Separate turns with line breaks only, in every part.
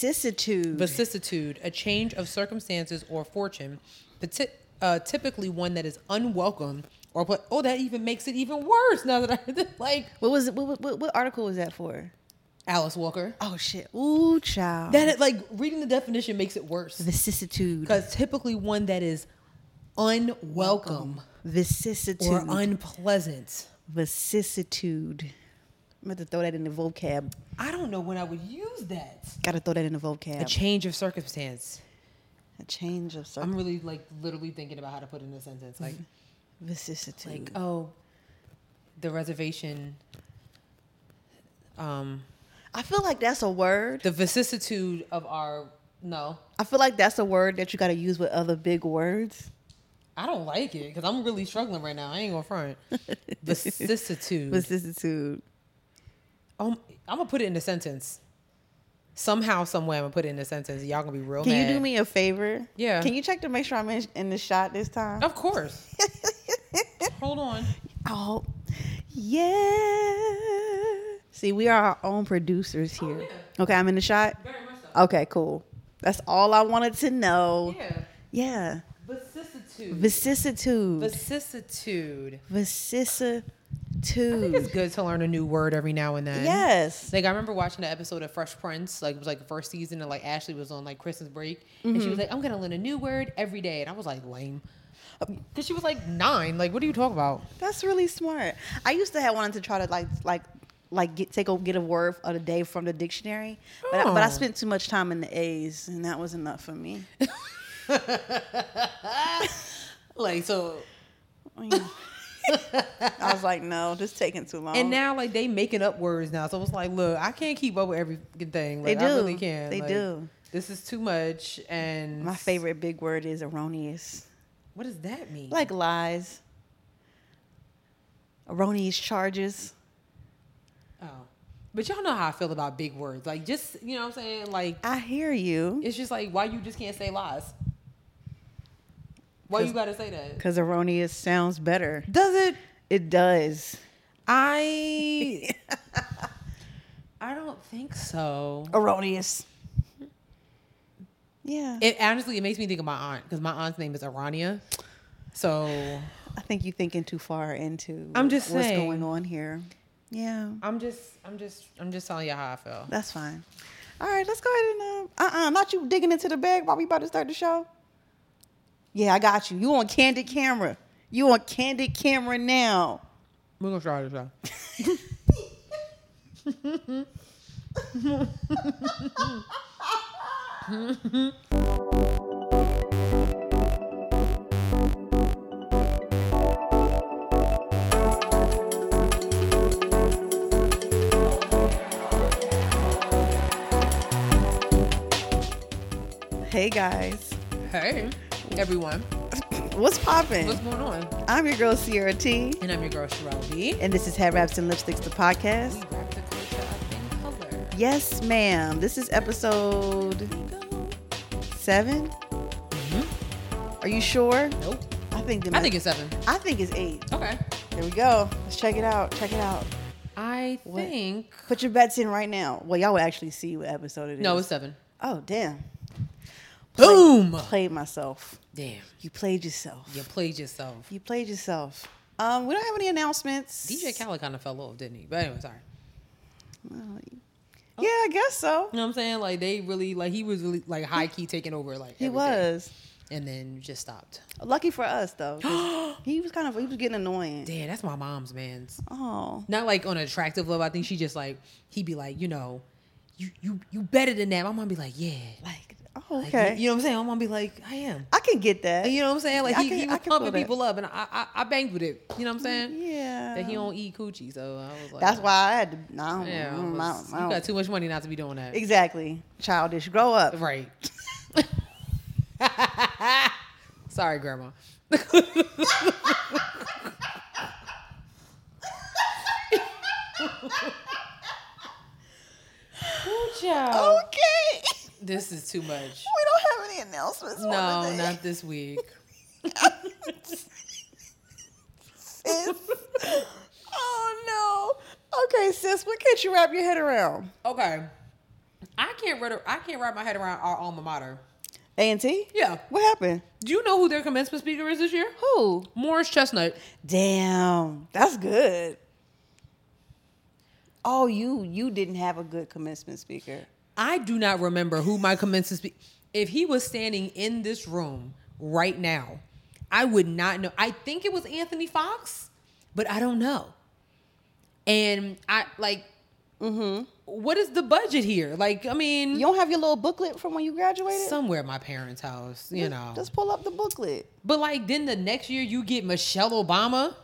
vicissitude.
vicissitude, a change of circumstances or fortune, pati- uh, typically one that is unwelcome or put, oh, that even makes it even worse now that I, like,
what was it? What, what, what article was that for?
Alice Walker.
Oh shit! Ooh, child.
That, it, like, reading the definition makes it worse.
vicissitude.
Because typically one that is unwelcome
Vicissitude.
or unpleasant.
vicissitude. I'm gonna have to throw that in the vocab.
I don't know when I would use that.
Gotta throw that in the vocab.
A change of circumstance.
A change of circum-
I'm really like literally thinking about how to put in a sentence. Like,
vicissitude.
like oh, the reservation. Um,
I feel like that's a word.
the vicissitude of our no,
I feel like that's a word that you gotta use with other big words.
I don't like it because I'm really struggling right now. I ain't gonna front.
Mm.
Vicissitude.
Vicissitude.
um, I'm gonna put it in a sentence. Somehow, somewhere, I'm gonna put it in a sentence. Y'all gonna be real
Can
mad.
you do me a favor?
Yeah.
Can you check to make sure I'm in, in the shot this time?
Of course. Hold on.
Oh, yeah. See, we are our own producers here.
Oh, yeah.
Okay, I'm in the shot.
Very much so.
Okay, cool. That's all I wanted to know.
Yeah.
Yeah.
Vicissitude.
Vicissitude.
vicissitude. I think it's
Vicissitude.
good to learn a new word every now and then.
Yes.
Like I remember watching the episode of Fresh Prince, like it was like the first season, and like Ashley was on like Christmas break, and
Mm-hmm.
she was like, "I'm gonna learn a new word every day," and I was like, "Lame,"
Um,
because she was like nine. Like, what are you talking about?
That's really smart. I used to have wanted to try to like like like get take a get a word of the day from the dictionary, but, I, but I
Oh.
spent too much time in the A's, and that was enough for me.
Like so,
I was like, no, this taking too long.
and now like they making up words now, so it's like, look, I can't keep up with everything. Like,
They
I really
do.
can.
They
Like,
do.
This is too much. And
my favorite big word is erroneous.
What does that mean?
like lies, erroneous charges.
oh, but y'all know how I feel about big words. Like just you know what I'm saying. Like
I hear you,
It's just like why you just can't say lies. Why you
'Cause-
gotta say that?
because erroneous sounds better.
Does it?
It does.
I I don't think so.
Erroneous. Yeah,
It honestly it makes me think of my aunt because my aunt's name is Arania. So
I think you're thinking too far into.
I'm just
what's
saying.
going on here. Yeah,
I'm just I'm just I'm just telling you how I feel.
that's fine. All right, let's go ahead and uh, uh, uh not you digging into the bag while we about to start the show. Yeah, I got you. You on candid camera. You on candid camera now.
We're gonna try this out.
Hey guys,
Hey everyone,
what's poppin'?
what's going on?
I'm your girl Sierra T,
And I'm your girl Sherelle B.
and this is Head Wraps and Lipsticks, the
We
podcast.
wrap the culture up in color.
Yes, ma'am. This is episode
We go.
7 Are you sure?
Mm-hmm. Nope.
I think the
I think it's seven.
I think it's eight.
Okay.
There we go. Let's check it out. Check it out.
I
What?
think
Put your bets in right now. Well, y'all would actually see what episode it is.
no, it's seven.
oh damn.
Boom.
Played myself.
Damn,
You played yourself.
you played yourself.
You played yourself. Um, we don't have any announcements.
DJ Khaled kind of fell off, didn't he? But anyway, sorry. Oh.
Yeah, I guess so.
You know what I'm saying? Like they really like he was really like high key taking over like
He
everything.
was.
and then just stopped.
Lucky for us though. 'cause he was kind of he was getting annoying.
Damn, that's my mom's man's.
Oh.
Not like on an attractive level. I think she just like he'd be like, you know, you you you better than that. My mom be like, yeah,
Like, oh,
Like,
okay.
you, you know what I'm saying? My mom be like, I am.
I can get that.
You know what I'm saying? Like
I
he,
can-
he
I
was
can feel
pumping
that.
people up, and I, I I banged with it. You know what I'm saying?
yeah.
That he don't eat coochie, so I was like,
That's why I had to. No, I don't, Mm,
Yeah,
I
I
don't- I
was-
don't-
you
I don't-
got too much money not to be doing that.
exactly. Childish. Grow up.
Right. Sorry, Grandma. Oh.
Okay.
This is too much.
We don't have any announcements. for
No,
today.
not this week.
Sis. oh no. Okay, sis. What can't you wrap your head around?
Okay. I can't read, I can't wrap my head around our alma mater.
A and T.
Yeah.
What happened?
Do you know who their commencement speaker is this year?
Who?
Morris Chestnut.
Damn, that's good. Oh, you you didn't have a good commencement speaker.
I do not remember who my commencement speaker. If he was standing in this room right now, I would not know. I think it was Anthony Fox, but I don't know. And I like,
Mm-hmm.
what is the budget here? Like, I mean,
You don't have your little booklet from when you graduated.
somewhere at my parents' house, you
Just-
know.
Just pull up the booklet.
but like, then the next year you get Michelle Obama.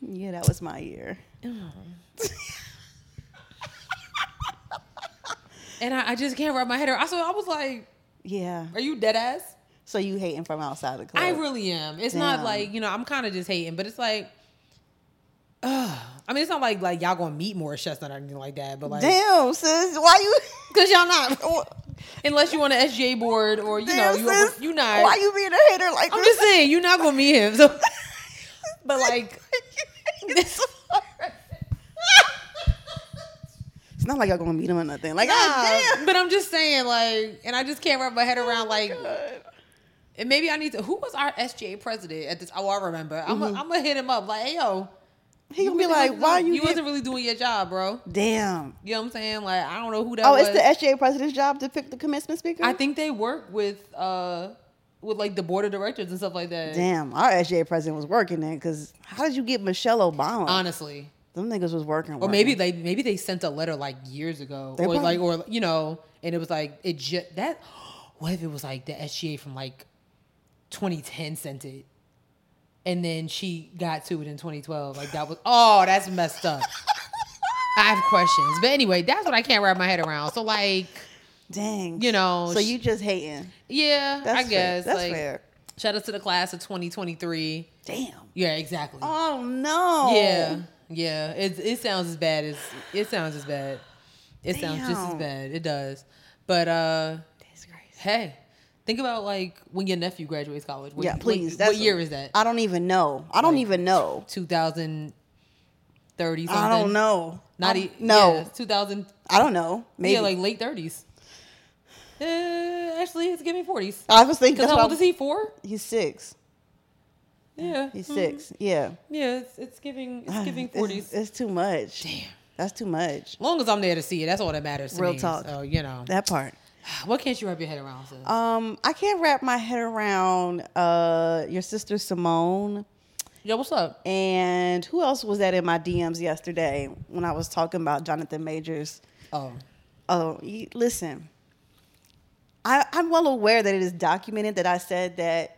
Yeah, that was my year.
And I, I just can't wrap my head around. I, so I was like,
Yeah.
"Are you dead ass?"
So you hating from outside the club?
I really am. It's
Damn.
not like you know. I'm kind of just hating, but it's like, uh, I mean, it's not like like y'all gonna meet Morris Chestnut or anything like that. But like,
Damn, sis. Why you?
because y'all not, unless you on an SJ board or you
Damn,
know you
sis.
you not.
Why you being a hater like
I'm
this?
just saying you're not gonna meet him. So, but like,
it's not like y'all gonna meet him or nothing. Like,
nah,
God damn.
but I'm just saying like, and I just can't wrap my head around like.
Oh God.
And maybe I need to. Who was our SGA president at this? Oh, I remember. I'm gonna I'm hit him up like, hey yo,
Mm-hmm. He gonna be
really
like,
wasn't
why
doing-
you?
You
get-
wasn't really doing your job, bro.
Damn.
You know what I'm saying? Like I don't know who that
Oh,
was.
it's the SJA president's job to pick the commencement speaker.
I think they work with uh with like the board of directors and stuff like that.
Damn, our SJA president was working then. Cause how did you get Michelle Obama?
Honestly.
Them niggas was working.
Or Uh, maybe they maybe they sent a letter like years ago,
They
or
probably-
like or you know, and it was like it just that. What if it was like the SGA from like 2010 sent it, and then she got to it in 2012? Like that was oh, that's messed up. I have questions, but anyway, that's what I can't wrap my head around. So like,
Dang.
you know,
So
sh-
you just hating.
yeah,
That's
I
fair.
guess
That's
like,
fair.
Shout out to the class of 2023.
Damn.
Yeah, exactly.
Oh no.
Yeah, yeah. It it sounds as bad as it sounds as bad. It sounds just as
Damn.
bad. It does. But uh,
Disgrace.
hey, think about like when your nephew graduates college. What,
Yeah,
what-
please.
What,
That's
year is that?
I don't even know. I don't
Like,
even know.
2030 something.
I don't know.
Not
I-
e-
no.
yeah, 2000.
I don't know. Maybe.
Yeah, like late 30s. Uh, actually, it's giving 40s.
I was thinking.
Because
That's
how
what
old
I-
is he? Four?
He's six.
Yeah.
He's
Mm.
six. Yeah.
Yeah, it's, it's giving it's giving
It's-
40s.
It's, too much.
Damn.
That's too much.
long as I'm there to see it, that's all that matters to
Real
me.
talk.
So, you know.
That part.
What can't you wrap your head around, sis?
Um, I can't wrap my head around uh your sister Simone
Yo, what's up?
and who else was that in my DMs yesterday when I was talking about Jonathan Majors.
Oh.
Oh, you, listen. I, I'm well aware that it is documented that I said that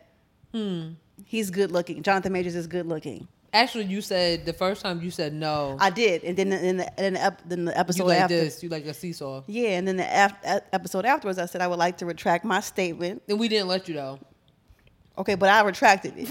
he's good looking. Jonathan Majors is good looking.
Actually, you said the first time you said no,
I did, and then in the, in the, ep, then the episode
you like
after,
this, you like a seesaw.
yeah, and then the af- e- episode afterwards, I said I would like to retract my statement.
And we didn't let you though.
Okay, but I retracted it.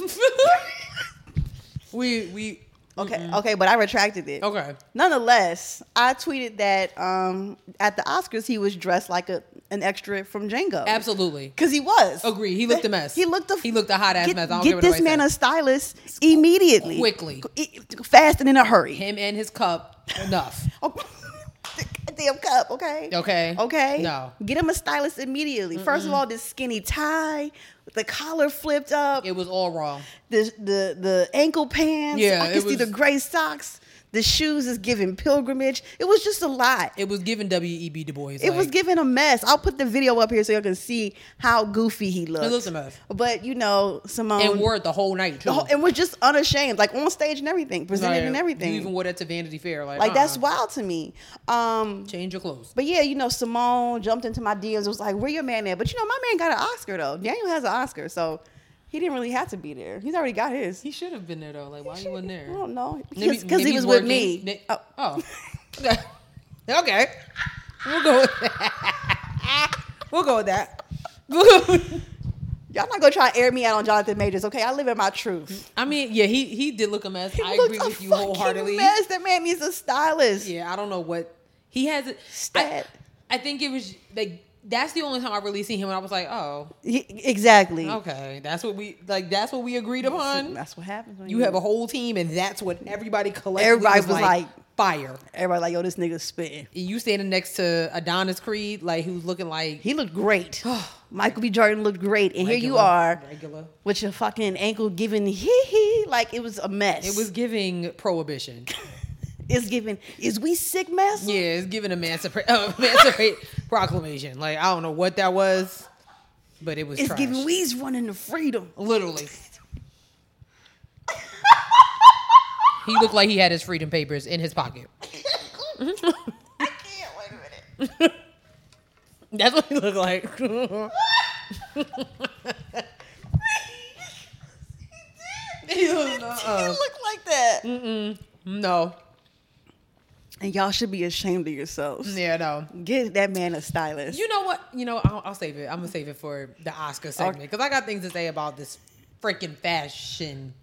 we we
Okay, okay, but I retracted it.
okay.
Nonetheless, I tweeted that um, at the Oscars he was dressed like a, an extra from Django.
Absolutely.
Because he was.
Agree. He looked a mess.
He looked a
He looked a hot ass
get,
mess. I don't
get
care what
this
nobody
man a stylist immediately,
Quickly.
E- fast and in a hurry.
Him and his cup. Enough.
Oh, Damn cup, okay.
Okay.
Okay.
No.
Get him a stylist immediately. First of all, this skinny tie, the collar flipped up,
It was all wrong.
the the the ankle pants.
Yeah,
I
it
can see the
was-
gray socks. The shoes is giving pilgrimage. It was just a lot.
It was giving W E B Du Bois.
It was giving a mess. I'll put the video up here so y'all can see how goofy he looked.
looks a mess.
But you know, Simone
and wore it the whole night too.
the whole- and was just unashamed, like on stage and everything, presented
Like,
and everything.
You even wore that to Vanity Fair. Like,
like that's
uh-uh.
wild to me. Um,
Change your clothes.
but yeah, you know, Simone jumped into my DMs. Was like, "Where your man at?" But you know, my man got an Oscar though. Daniel has an Oscar, so he didn't really have to be there. He's already got his.
He should have been there though. Like, why you wasn't there?
I don't know
Maybe-
because
maybe
he was
he's
with
working.
me.
Ne-
Oh,
Oh. okay. We'll go with that. We'll go with that.
y'all not gonna try to air me out on Jonathan Majors, okay? I live in my truth.
I mean, yeah, he he did look a mess.
He
I
looked
agree
a
with you
fucking
wholeheartedly.
Mess. That man needs a stylist.
Yeah, I don't know what he has. I-
Stat.
I think it was like that's the only time I really seen him, and I was like, oh,
He- exactly.
okay, that's what we like. That's what we agreed upon.
That's what happens. When
You have a whole team, and that's what everybody collectively
Everybody was
like.
like,
fire.
Everybody like, yo, this nigga spitting.
And you standing next to Adonis Creed, like who's looking like
He looked great. Michael B. Jordan looked great, and here you
regular-
are
Regular.
with your fucking ankle giving hee hee like it was a mess.
It was giving prohibition.
It's giving. Is we sick mess?
Yeah, it's giving emancipate, uh, emancipate proclamation. Like I don't know what that was, but it was.
It's
trash.
giving. We's running to freedom.
literally. he looked like he had his freedom papers in his pocket.
I can't. Wait a minute.
That's what he looked like.
he did.
uh-uh.
look like that.
Mm. no,
And y'all should be ashamed of yourselves.
yeah, no.
Get that man a stylist.
Mm. You know what? You know, I'll, I'll save it. I'm gonna save it for the Oscar segment because I got things to say about this freaking fashion,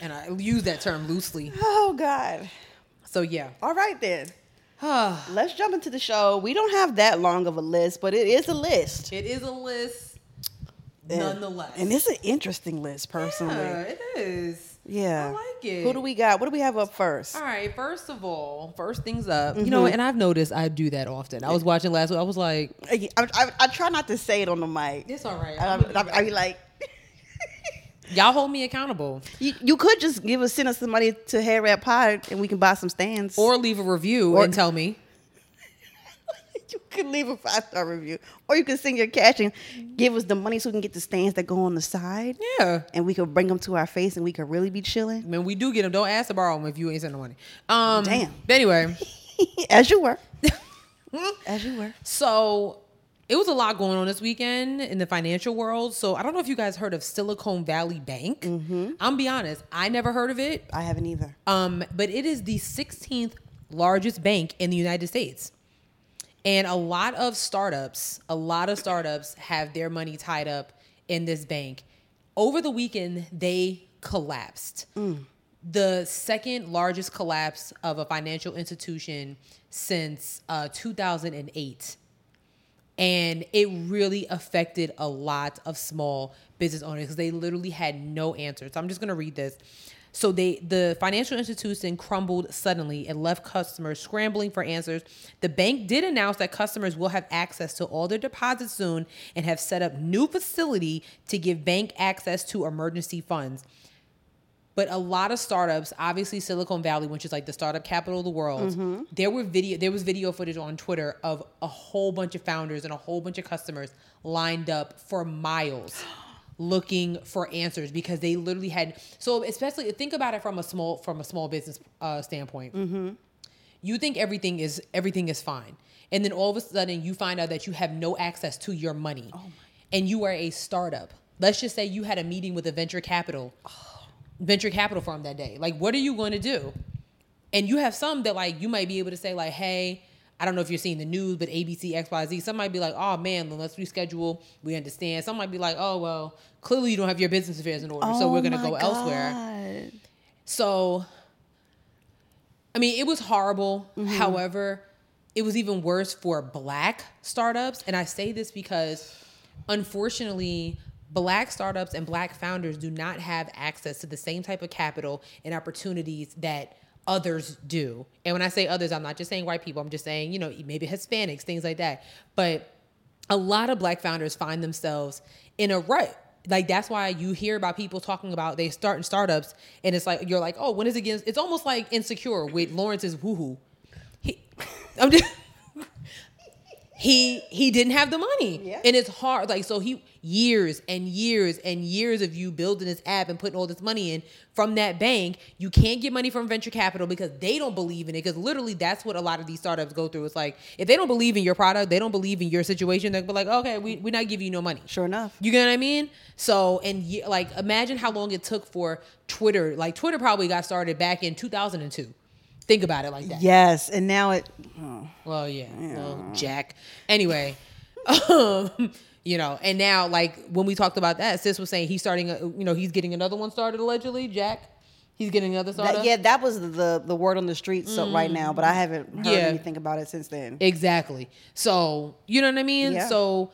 and I use that term loosely.
oh God.
So yeah,
All right then. Let's jump into the show. We don't have that long of a list, but it is a list.
it is a list,
And-
nonetheless.
And it's an interesting list, personally.
yeah,
Yeah.
it is. I like it.
Who do we got? What do we have up first?
All right, first of all, first things up. You know, and I've noticed I do that often. I was watching last week. I was like,
Uh, I, I, I try not to say it on the mic.
it's all right.
I,
I'm gonna
I,
do
I
that.
be like,
Y'all hold me accountable
you, you could just give us send us the money to Hair Rap Pod and we can buy some stands.
or leave a review
Or-
and tell me.
you can leave a five star review, or you can send your cash and give us the money so we can get the stands that go on the side,
Yeah.
and we can bring them to our face, and we can really be
I
chilling.
mean, we do get them. Don't ask to borrow them if you ain't sending money. Um,
Damn.
But anyway,
As you were, as you were.
so it was a lot going on this weekend in the financial world. So I don't know if you guys heard of Silicon Valley Bank. I'm be honest, I never heard of it.
I haven't either.
Um, but it is the 16th largest bank in the United States. And a lot of startups, a lot of startups have their money tied up in this bank. Over the weekend, they collapsed. The second largest collapse of a financial institution since uh, 2008 and it really affected a lot of small business owners because they literally had no answer. So I'm just going to read this. So they the financial institution crumbled suddenly and left customers scrambling for answers. The bank did announce that customers will have access to all their deposits soon and have set up new facility to give bank access to emergency funds. But a lot of startups, obviously Silicon Valley, which is like the startup capital of the world, there were video there was video footage on Twitter of a whole bunch of founders and a whole bunch of customers lined up for miles looking for answers because they literally had so especially think about it from a small from a small business uh, standpoint you think everything is everything is fine and then all of a sudden you find out that you have no access to your money and you are a startup let's just say you had a meeting with a venture capital venture capital firm that day like what are you going to do and you have some that like you might be able to say like hey i don't know if you're seeing the news but abc xyz some might be like oh man then let's reschedule we understand some might be like oh well clearly you don't have your business affairs in order so we're going to go elsewhere so, I mean, it was horrible. However, it was even worse for black startups. And I say this because, unfortunately, black startups and black founders do not have access to the same type of capital and opportunities that others do. And when I say others, I'm not just saying white people, I'm just saying, you know, maybe Hispanics, things like that. But a lot of black founders find themselves in a rut. Like that's why you hear about people talking about they start in startups and it's like you're like, oh, when is it against it's almost like insecure with Lawrence's woohoo. He I'm just He he didn't have the money.
Yeah.
And it's hard. Like so he years and years and years of you building this app and putting all this money in from that bank, you can't get money from venture capital because they don't believe in it. Because literally that's what a lot of these startups go through. It's like if they don't believe in your product, they don't believe in your situation, they'll be like, okay, we, we're not giving you no money.
Sure enough.
You get what I mean? So, and ye- like, imagine how long it took for Twitter. Like, Twitter probably got started back in 2002. Think about it like that.
Yes, and now it. Oh.
Well, yeah. Well, Jack. Anyway, um, you know, and now, like, when we talked about that, Sis was saying he's starting, a, you know, he's getting another one started allegedly, Jack. He's getting another started.
That, yeah, that was the the word on the streets so right now, but I haven't heard
Mm. Yeah.
anything about it since then.
Exactly. So, you know what I mean?
Yeah.
So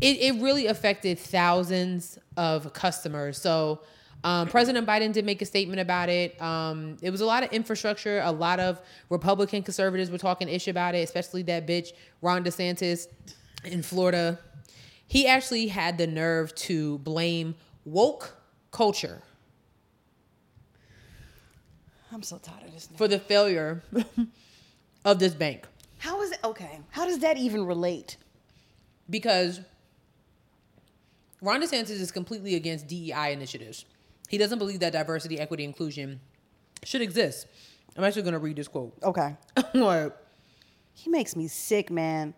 it, it really affected thousands of customers. So Um, President Biden did make a statement about it. Um, it was a lot of infrastructure. A lot of Republican conservatives were talking ish about it, especially that bitch Ron DeSantis in Florida. He actually had the nerve to blame woke culture
I'm so tired of this. Now.
for the failure of this bank
How is it okay? How does that even relate?
because Ron DeSantis is completely against DEI initiatives. He doesn't believe that diversity, equity, inclusion should exist. I'm actually going to read this quote.
Okay.
Like,
He makes me sick, man.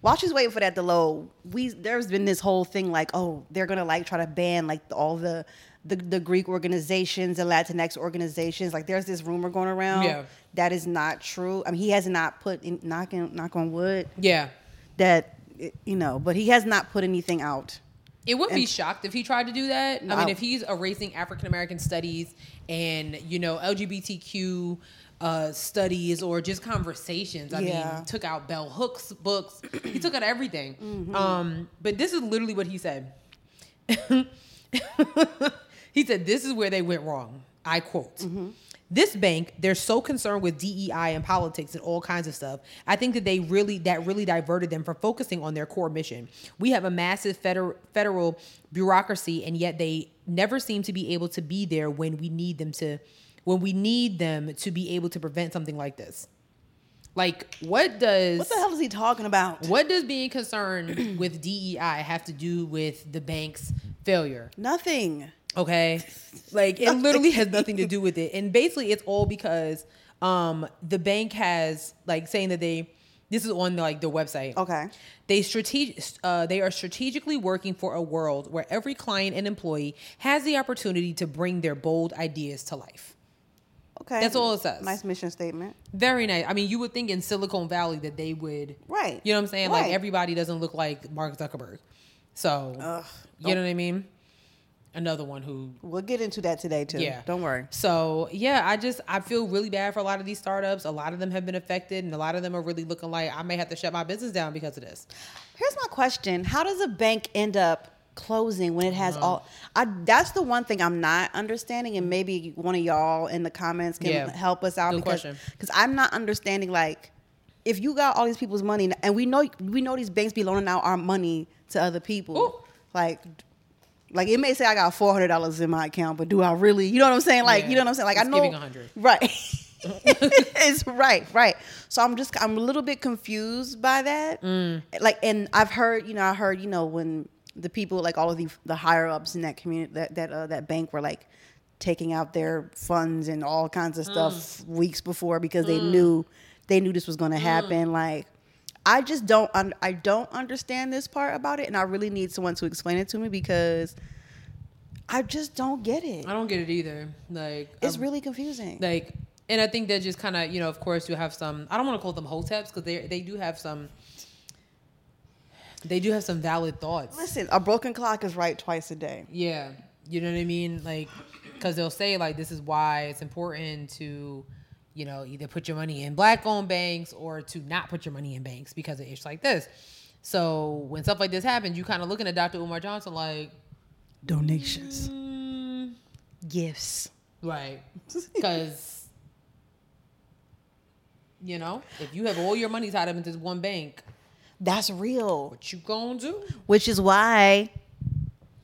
While she's waiting for that to load, we there's been this whole thing like, oh, they're gonna like try to ban like all the the, the Greek organizations and Latinx organizations. Like there's this rumor going around.
Yeah.
That is not true. I mean, he has not put in knock on knock on wood
yeah.
that you know, but he has not put anything out.
It would be shocked if he tried to do that. I
No.
mean, if he's erasing African American studies and, you know, LGBTQ uh, studies or just conversations. I
Yeah.
mean, took out bell hooks books he took out everything
Mm-hmm.
um but this is literally what he said he said this is where they went wrong i quote this bank they're so concerned with dei and politics and all kinds of stuff i think that they really that really diverted them from focusing on their core mission we have a massive federal federal bureaucracy and yet they never seem to be able to be there when we need them to when we need them to be able to prevent something like this like what does
What the hell is he talking about?
what does being concerned with DEI have to do with the bank's failure?
Nothing.
Okay. Like it literally has nothing to do with it. And basically it's all because um the bank has like saying that they this is on like their website.
Okay.
They strategic uh, they are strategically working for a world where every client and employee has the opportunity to bring their bold ideas to life.
Okay.
That's all it says.
Nice mission statement.
Very nice. I mean, you would think in Silicon Valley that they would,
Right.
You know what I'm saying? Like
Right.
everybody doesn't look like Mark Zuckerberg, so you know what I mean. Another one who,
We'll get into that today too.
yeah,
Don't worry.
So yeah, I just I feel really bad for a lot of these startups. A lot of them have been affected, and a lot of them are really looking like I may have to shut my business down because of this.
Here's my question: How does a bank end up closing when it has
Uh-huh.
all? I that's the one thing I'm not understanding, and maybe one of y'all in the comments can
Yeah.
help us out
Good
because
question.
because I'm not understanding like if you got all these people's money, and we know we know these banks be loaning out our money to other people,
Ooh.
like. Like it may say I got four hundred dollars in my account, but do I really? You know what I'm saying? Like
Yeah.
you know what I'm saying? Like
It's
I know
giving 100.
Right. it's right, right. So I'm just I'm a little bit confused by that.
Mm.
Like and I've heard, you know, I heard, you know, when the people like all of the the higher ups in that community that that uh, that bank were like taking out their funds and all kinds of stuff
Mm.
weeks before because they knew they knew this was going to happen like I just don't un- I don't understand this part about it and I really need someone to explain it to me because I just don't get it.
I don't get it either. Like
It's
I'm-
really confusing.
like and i think that just kind of you know of course you have some i don't want to call them hoteps because they they do have some they do have some valid thoughts
Listen, a broken clock is right twice a day.
yeah you know what i mean like because they'll say like this is why it's important to you know either put your money in black owned banks or to not put your money in banks because of issues like this so when stuff like this happens you kind of looking at dr umar johnson like
Donations,
mm,
gifts.
Right. Because, you know, if you have all your money tied up in this one bank,
That's real.
what you gonna do?
Which is why,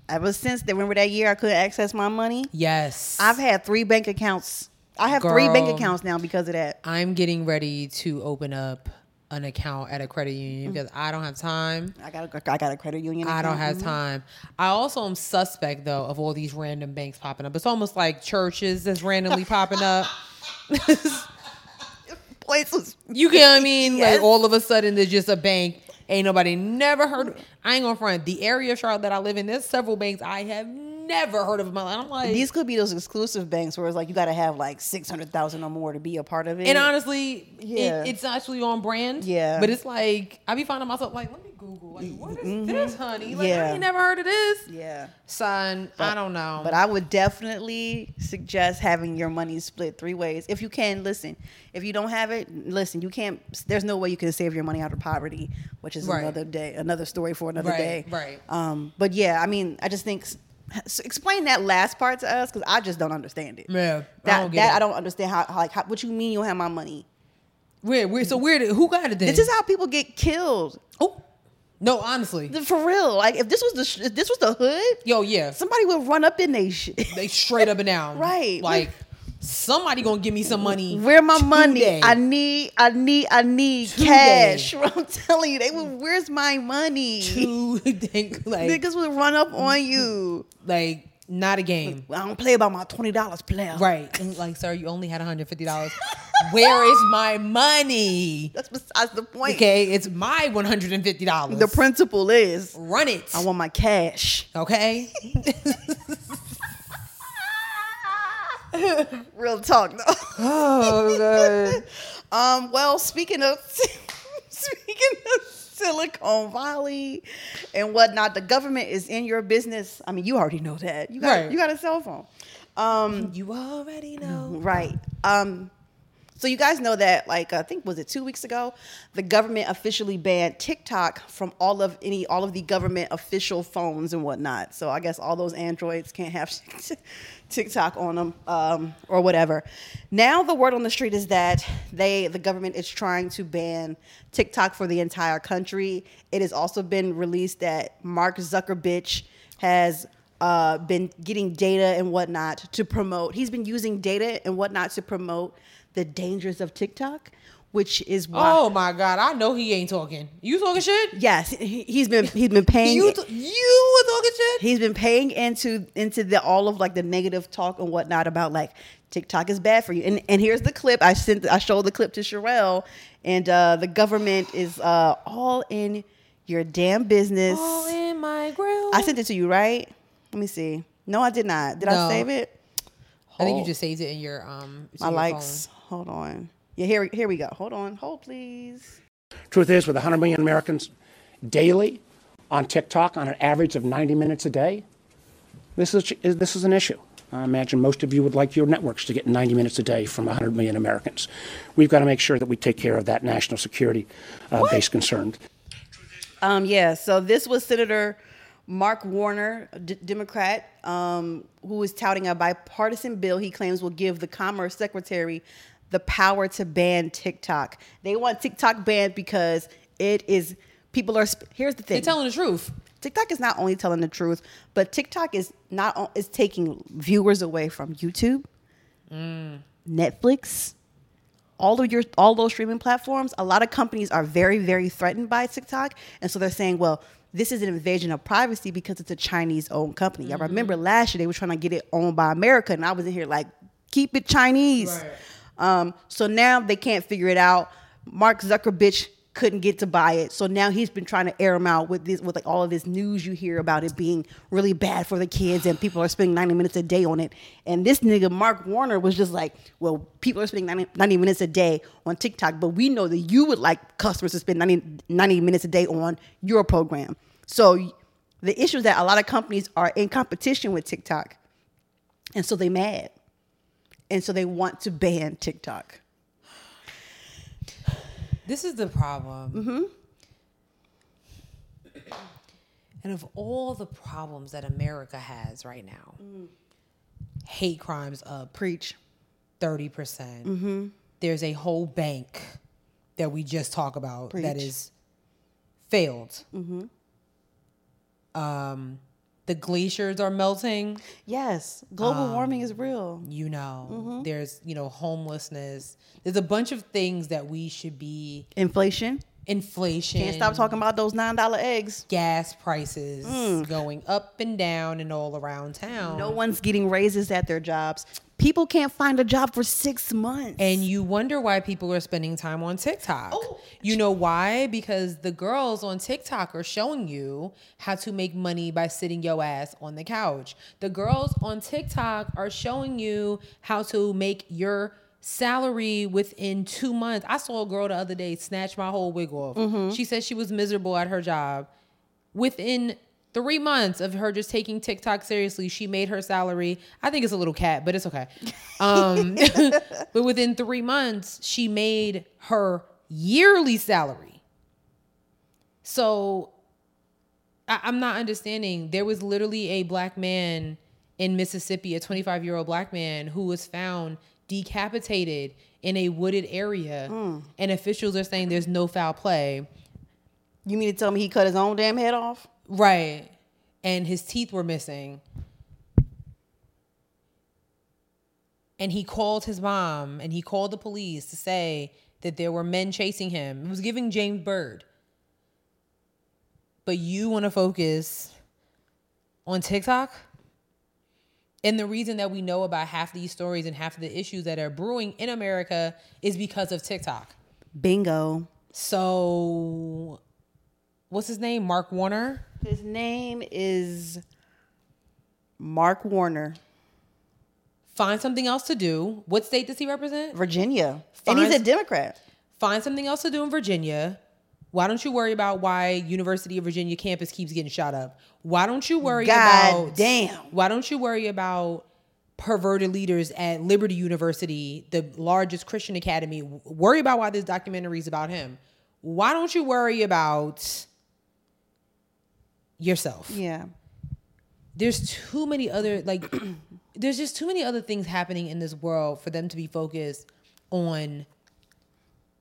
ever since they remember that year I couldn't access my money,
Yes.
I've had three bank accounts. I have three bank
Girl.
accounts now because of that.
I'm getting ready to open up an account at a credit union because I don't have time.
I got a, I got a credit union.
I don't
account.
have time. I also am suspect though of all these random banks popping up. It's almost like churches that's randomly popping up.
places.
You get what I mean?
Yes.
Like all of a sudden there's just a bank. Ain't nobody never heard of I ain't gonna front. The area of Charlotte that I live in, there's several banks I have never heard of in my life. I'm like
These could be those exclusive banks where it's like you got to have like six hundred thousand or more to be a part of it.
and honestly,
Yeah.
it, it's actually on brand.
Yeah.
But it's like I be finding myself like, let me Google. Like, what is this, honey? Like
Mm-hmm. Yeah.
I ain't never heard of this.
yeah,
Son, I don't know.
But I would definitely suggest having your money split three ways. If you can, listen. If you don't have it, listen. You can't. There's no way you can save your money out of poverty, which is
Right.
another day, another story for another
Right,
day.
right.
Um. But yeah, I mean, I just think s- So explain that last part to us, because I just don't understand it.
Yeah,
That I
I don't
don't
get
that
it.
I don't understand how, how like how, what you mean you'll have my money.
Weird, weird. So weird. Who got it then?
This is how people get killed.
oh, no, honestly.
The- For real, like if this was the sh- if this was the hood,
Yo, yeah.
somebody would run up in they shit.
they straight up and down.
Right.
Like, somebody gonna give me some money.
Where my money?
today.
I need, I need, I need
Today.
cash. I'm telling you, they would. Where's my money?
to think like
Niggas would run up on you.
like not a game.
I don't play about my twenty dollars, player.
Right. And like, sir, you only had $150. Where is my money?
That's besides the point.
Okay, it's my $150.
The principle is,
Run it.
I want my cash.
Okay.
Real talk, though.
Oh god.
Um, well, speaking of speaking of Silicon Valley and whatnot, the government is in your business. I mean, you already know that. You got
Right.
you got a cell phone. Um,
You already know.
right. Um, so you guys know that, like, I think was it two weeks ago, the government officially banned TikTok from all of any all of the government official phones and whatnot. So I guess all those androids can't have TikTok on them um, or whatever. Now the word on the street is that they the government is trying to ban TikTok for the entire country. It has also been released that Mark Zuckerberg has uh, been getting data and whatnot to promote. He's been using data and whatnot to promote the dangers of TikTok, which is why.
Oh my god, I know he ain't talking. You talking shit?
Yes, he- he's been he's been paying.
You t- you were talking shit?
he's been paying into into the all of like the negative talk and whatnot about like TikTok is bad for you. And and here's the clip I sent. I showed the clip to Sherelle, and uh, the government is uh, all in your damn business.
All in my grill.
I sent it to you, right? Let me see. No, I did not. Did
No.
I save it?
I think you
Hold.
just saved it in your um it's
My
in your
likes. Hold on. Yeah, here here we go. Hold on. Hold please.
Truth is, with 100 million Americans daily on TikTok on an average of 90 minutes a day, this is, is- this is an issue. I imagine most of you would like your networks to get 90 minutes a day from 100 million Americans. We've got to make sure that we take care of that national security uh, base concern.
Um, yeah, so this was Senator Mark Warner, a D- Democrat, um, who is touting a bipartisan bill he claims will give the Commerce Secretary the power to ban TikTok. They want TikTok banned because it is people are. Sp- Here's the thing:
They're telling the truth.
TikTok is not only telling the truth, but TikTok is not o- is taking viewers away from YouTube, Netflix, all of your all those streaming platforms. A lot of companies are very very threatened by TikTok, and so they're saying, well. This is an invasion of privacy because it's a Chinese-owned company. I remember last year they were trying to get it owned by America, and I was in here like, "Keep it Chinese." Um, so now they can't figure it out. Mark Zuckerberg couldn't get to buy it, so now he's been trying to air him out with this, with like all of this news you hear about it being really bad for the kids, and people are spending ninety minutes a day on it. And this nigga Mark Warner was just like, "Well, people are spending 90, 90 minutes a day on TikTok, but we know that you would like customers to spend 90, 90 minutes a day on your program." So the issue is that a lot of companies are in competition with TikTok, and so they mad and so they want to ban TikTok.
This is the problem.
Mm-hmm.
And of all the problems that America has right now, hate crimes up
Preach.
30%. percent
Mm-hmm.
There's a whole bank that we just talk about that
Preach.
is failed. Um,
Mm-hmm.
the glaciers are melting.
Yes, global warming is real.
you know
Mm-hmm.
there's you know homelessness there's a bunch of things that we should be
Inflation.
inflation
Can't stop talking about those nine dollar eggs.
gas prices going up and down and all around town
Mm. No one's getting raises at their jobs. People can't find a job for six months.
and you wonder why people are spending time on TikTok.
Oh.
You know why? Because the girls on TikTok are showing you how to make money by sitting your ass on the couch. The girls on TikTok are showing you how to make your salary within two months. I saw a girl the other day snatch my whole wig off. She said she was miserable at her job. Within three months of her just taking TikTok seriously, she made her salary. I think it's a little cat, but it's okay. Um, but within three months, she made her yearly salary. So I, I'm not understanding. There was literally a black man in Mississippi, a 25 year old black man who was found decapitated in a wooded area, and officials are saying there's no foul play.
You mean to tell me he cut his own damn head off?
Right. And his teeth were missing. And he called his mom and he called the police to say that there were men chasing him. It was giving James Byrd. But you want to focus on TikTok? And the reason that we know about half these stories and half of the issues that are brewing in America is because of TikTok.
Bingo.
So, what's his name? Mark Warner?
His name is Mark Warner,
find something else to do. What state does he represent?
Virginia.
Fine.
And he's a Democrat.
Find something else to do in Virginia. Why don't you worry about why University of Virginia campus keeps getting shot up? Why don't you worry
God
about
damn.
Why don't you worry about perverted leaders at Liberty University, the largest Christian academy? W- Worry about why this documentary is about him. Why don't you worry about yourself?
Yeah.
there's too many other like there's just too many other things happening in this world for them to be focused on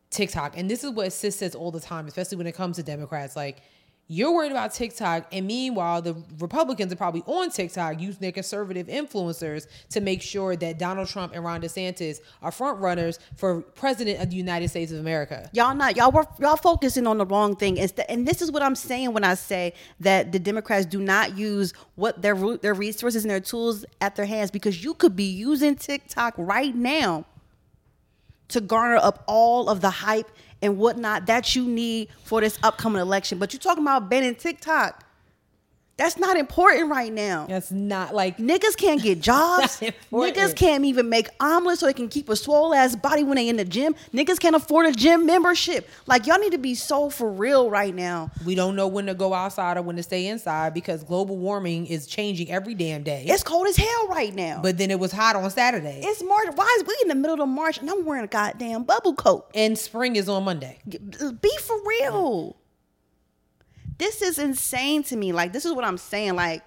TikTok. And this is what sis says all the time, especially when it comes to Democrats. Like, you're worried about TikTok, and meanwhile, the Republicans are probably on TikTok using their conservative influencers to make sure that Donald Trump and Ron DeSantis are front runners for president of the United States of America.
Y'all not y'all were y'all focusing on the wrong thing. It's the, and this is what I'm saying when I say that the Democrats do not use what their ru- their resources and their tools at their hands because you could be using TikTok right now to garner up all of the hype and whatnot that you need for this upcoming election. But you're talking about banning TikTok. That's not important right now.
That's not like
Niggas can't get jobs.
That's important.
Niggas can't even make omelets so they can keep a swole ass body when they in the gym. Niggas can't afford a gym membership. Like y'all need to be so for real right now.
we don't know when to go outside or when to stay inside because global warming is changing every damn day.
It's cold as hell right now.
But then it was hot on Saturday.
it's March. Why is we in the middle of March and I'm wearing a goddamn bubble coat?
and spring is on Monday.
Be for real. This is insane to me. Like this is what I'm saying. Like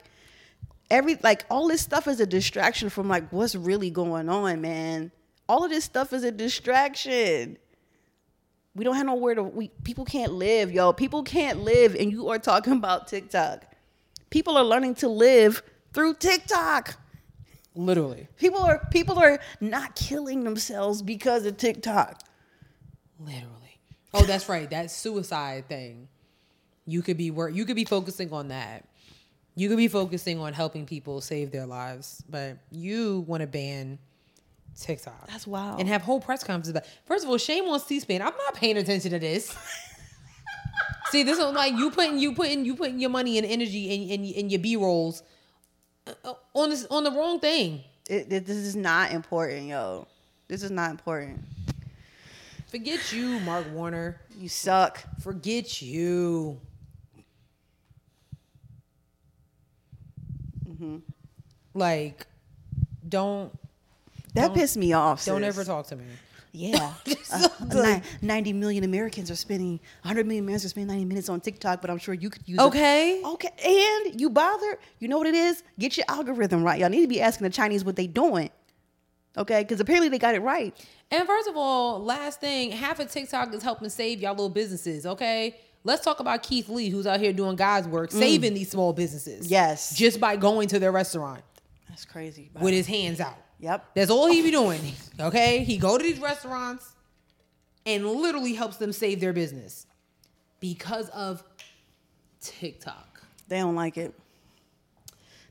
every like all this stuff is a distraction from like what's really going on, man. All of this stuff is a distraction. We don't have nowhere to we people can't live, yo. People can't live and you are talking about TikTok. People are learning to live through TikTok.
Literally.
People are people are not killing themselves because of TikTok.
Literally. Oh, that's right. That suicide thing. You could be work you could be focusing on that. You could be focusing on helping people save their lives, but you want to ban TikTok.
That's wild.
And have whole press conferences about. First of all, shame on C-SPAN. I'm not paying attention to this. See, this is like you putting you putting you putting your money and energy and in, in, in your B-rolls uh, uh, on this on the wrong thing.
It, it- this is not important, yo. This is not important.
Forget you, Mark Warner.
You suck.
Forget you. Like, don't
That pissed me off.
don't
sis.
ever talk to me.
Yeah. Uh, nine- 90 million Americans are spending, 100 million Americans are spending 90 minutes on TikTok, but I'm sure you could use a-
Okay.
okay. And you bother, you know what it is? Get your algorithm right. Y'all need to be asking the Chinese what they doing. Okay? Because apparently they got it right.
And first of all, last thing, half of TikTok is helping save y'all little businesses. Okay, let's talk about Keith Lee, who's out here doing God's work, saving these small businesses.
Yes.
just by going to their restaurant
That's crazy.
with his hands out.
Yep.
That's all he be doing. Okay, he go to these restaurants and literally helps them save their business because of TikTok.
They don't like it.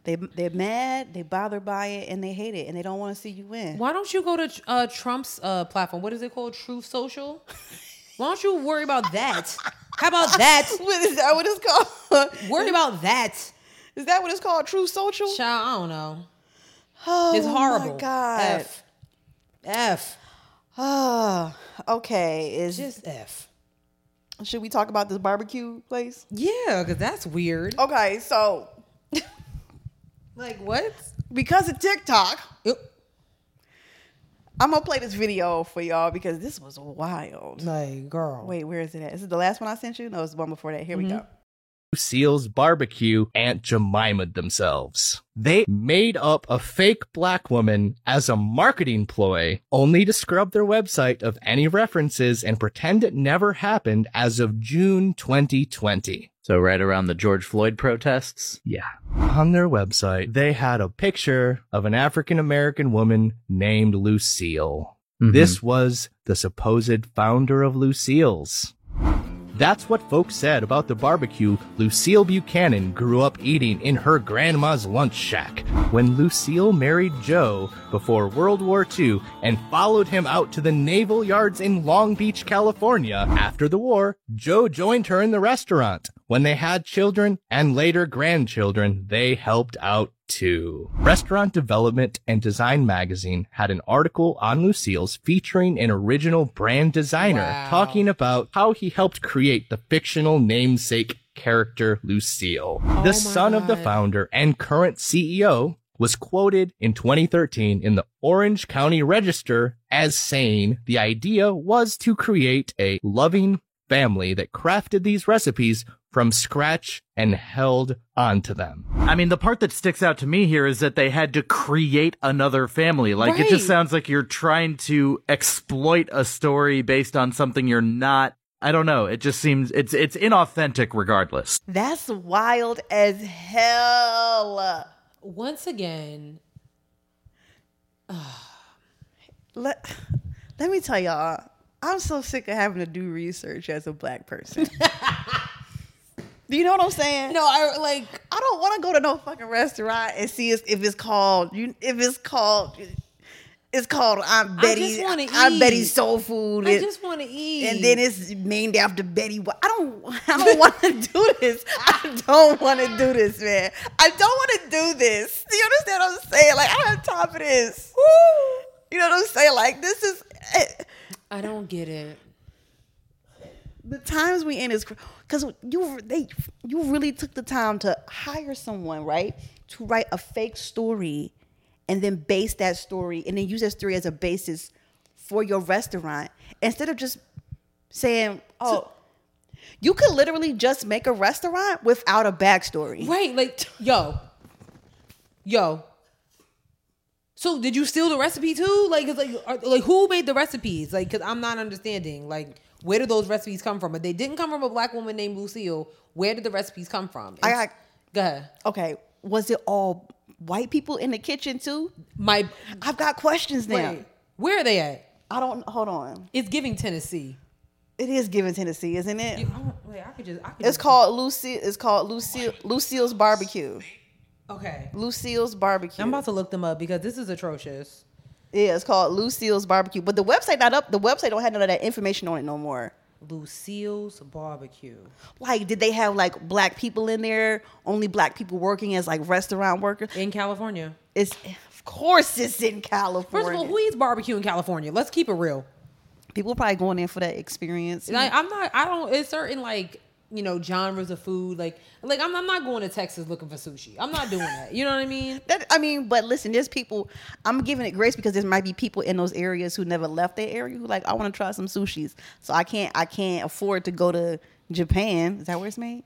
They, they're mad, they bothered by it, and they hate it, and they don't want to see you win.
Why don't you go to uh, Trump's uh, platform? What is it called? Truth Social. Why don't you worry about that? How about that?
What is that what it's called?
Worry about that.
Is that what it's called? True social?
Child, I don't know.
Oh,
It's horrible.
My God.
F. F.
Ah, okay. Is
Just F.
should we talk about this barbecue place?
Yeah, because that's weird.
Okay, so
Like, what?
because of TikTok,
Yep.
I'm gonna play this video for y'all because this was wild.
Like, girl. Mm-hmm.
Wait, where is it at? Is it the last one I sent you? No, it's the one before that. Here we go.
SEALs barbecue Aunt Jemima themselves. They made up a fake black woman as a marketing ploy, only to scrub their website of any references and pretend it never happened as of June 2020.
So right around the George Floyd protests.
Yeah. On their website, they had a picture of an African American woman named Lucille. This was the supposed founder of Lucille's. That's what folks said about the barbecue Lucille Buchanan grew up eating in her grandma's lunch shack when Lucille married Joe before World War II and followed him out to the naval yards in Long Beach, California. After the war, Joe joined her in the restaurant. When they had children and later grandchildren, they helped out too. Restaurant Development and Design magazine had an article on Lucille's featuring an original brand designer
Wow.
talking about how he helped create the fictional namesake character Lucille.
Oh my
the son of the
God.
founder and current CEO was quoted in 2013 in the Orange County Register as saying the idea was to create a loving family that crafted these recipes from scratch and held onto them.
I mean, the part that sticks out to me here is that they had to create another family. Like it just
Right.
sounds like you're trying to exploit a story based on something you're not. I don't know. It just seems it's it's inauthentic regardless.
That's wild as hell.
Once again,
Let Let me tell y'all, I'm so sick of having to do research as a black person. do you know what I'm saying?
no, I like
I don't want to go to no fucking restaurant and see if if it's called you if it's called it's called Aunt Betty's
just
Aunt
wanna
Betty's
eat.
soul food.
I
and-
just want to eat.
and then it's named after Betty. White. I don't, I don't want to do this. I don't want to do this, man. I don't want to do this. You understand what I'm saying? Like I don't have time for this. Woo. You know what I'm saying? Like this is eh,
I don't get it.
the times we in is because you they you really took the time to hire someone right to write a fake story, and then base that story and then use that story as a basis for your restaurant instead of just saying oh. You could literally just make a restaurant without a backstory.
Right, like yo, yo. So did you steal the recipe too? Like, it's like, are, like who made the recipes? Like, cause I'm not understanding. Like, where did those recipes come from? If they didn't come from a black woman named Lucille, where did the recipes come from?
I got-
go ahead.
Okay, was it all white people in the kitchen too?
My
I've got questions now.
wait, where are they at?
I don't. Hold on.
It's giving Tennessee.
It is given Tennessee, isn't it?
I don't- wait, I could just. I could
It's
just-
called Lucy. It's called Lucille. Lucille's barbecue.
Okay,
Lucille's barbecue.
I'm about to look them up because this is atrocious.
yeah, it's called Lucille's barbecue. But the website not up. The website don't have none of that information on it no more.
Lucille's barbecue.
Like, did they have like black people in there? Only black people working as like restaurant workers.
in California.
It's of course it's in California.
First of all, who eats barbecue in California? Let's keep it real.
people probably going in for that experience.
Like I'm not. I don't. It's certain like you know genres of food. Like like I'm, I'm not going to Texas looking for sushi. I'm not doing that. You know what I mean?
That, I mean, but listen, there's people. I'm giving it grace because there might be people in those areas who never left their area who like I want to try some sushis. So I can't I can't afford to go to Japan. Is that where it's made? Is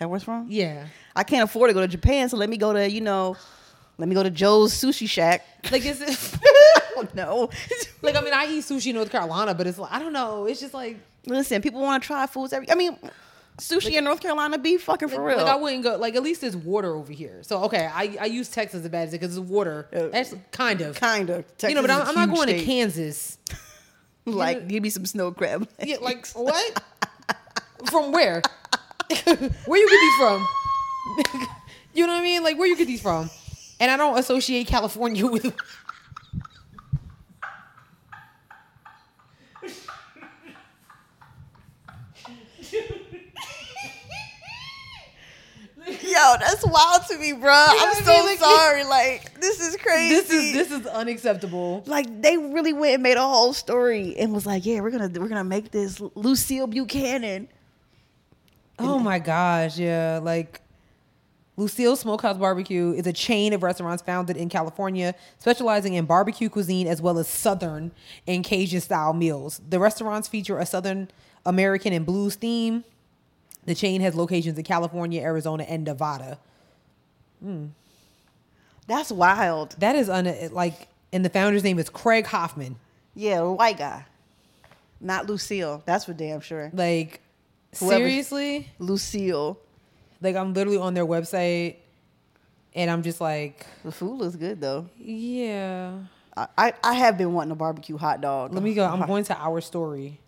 that where it's from?
Yeah.
I can't afford to go to Japan, so let me go to you know, let me go to Joe's Sushi Shack.
Like it's
I don't know.
like I mean I eat sushi in North Carolina, but it's like I don't know. It's just like
listen, people want to try foods every. I mean, sushi in North Carolina be fucking for
like
real.
I wouldn't go. Like at least there's water over here. So okay, I, I use Texas as bad as it because it's water.
Uh,
That's kind of
kind of.
you know, but I'm, I'm not going to Kansas.
Like, give me some snow crab.
Yeah, like what? from where? where you get these from? you know what I mean? Like where you get these from? And I don't associate California with.
Yo, that's wild to me, bruh.
what
I'm
I
so
mean? Like-
sorry. Like, this is crazy.
This is this is unacceptable.
like they really went and made a whole story and was like, yeah, we're gonna we're gonna make this Lucille Buchanan.
Oh my gosh, yeah. Like Lucille Smokehouse Barbecue is a chain of restaurants founded in California, specializing in barbecue cuisine as well as southern and Cajun style meals. The restaurants feature a southern American and blues theme. The chain has locations in California, Arizona, and Nevada.
That's wild.
That is un like, and the founder's name is Craig Hoffman.
Yeah, a white guy. Not Lucille. That's for damn sure.
Like,
Whoever-
seriously,
Lucille.
like I'm literally on their website, and I'm just like,
The food looks good though.
yeah.
I, I, I have been wanting a barbecue hot dog.
Let me go. I'm going to our story.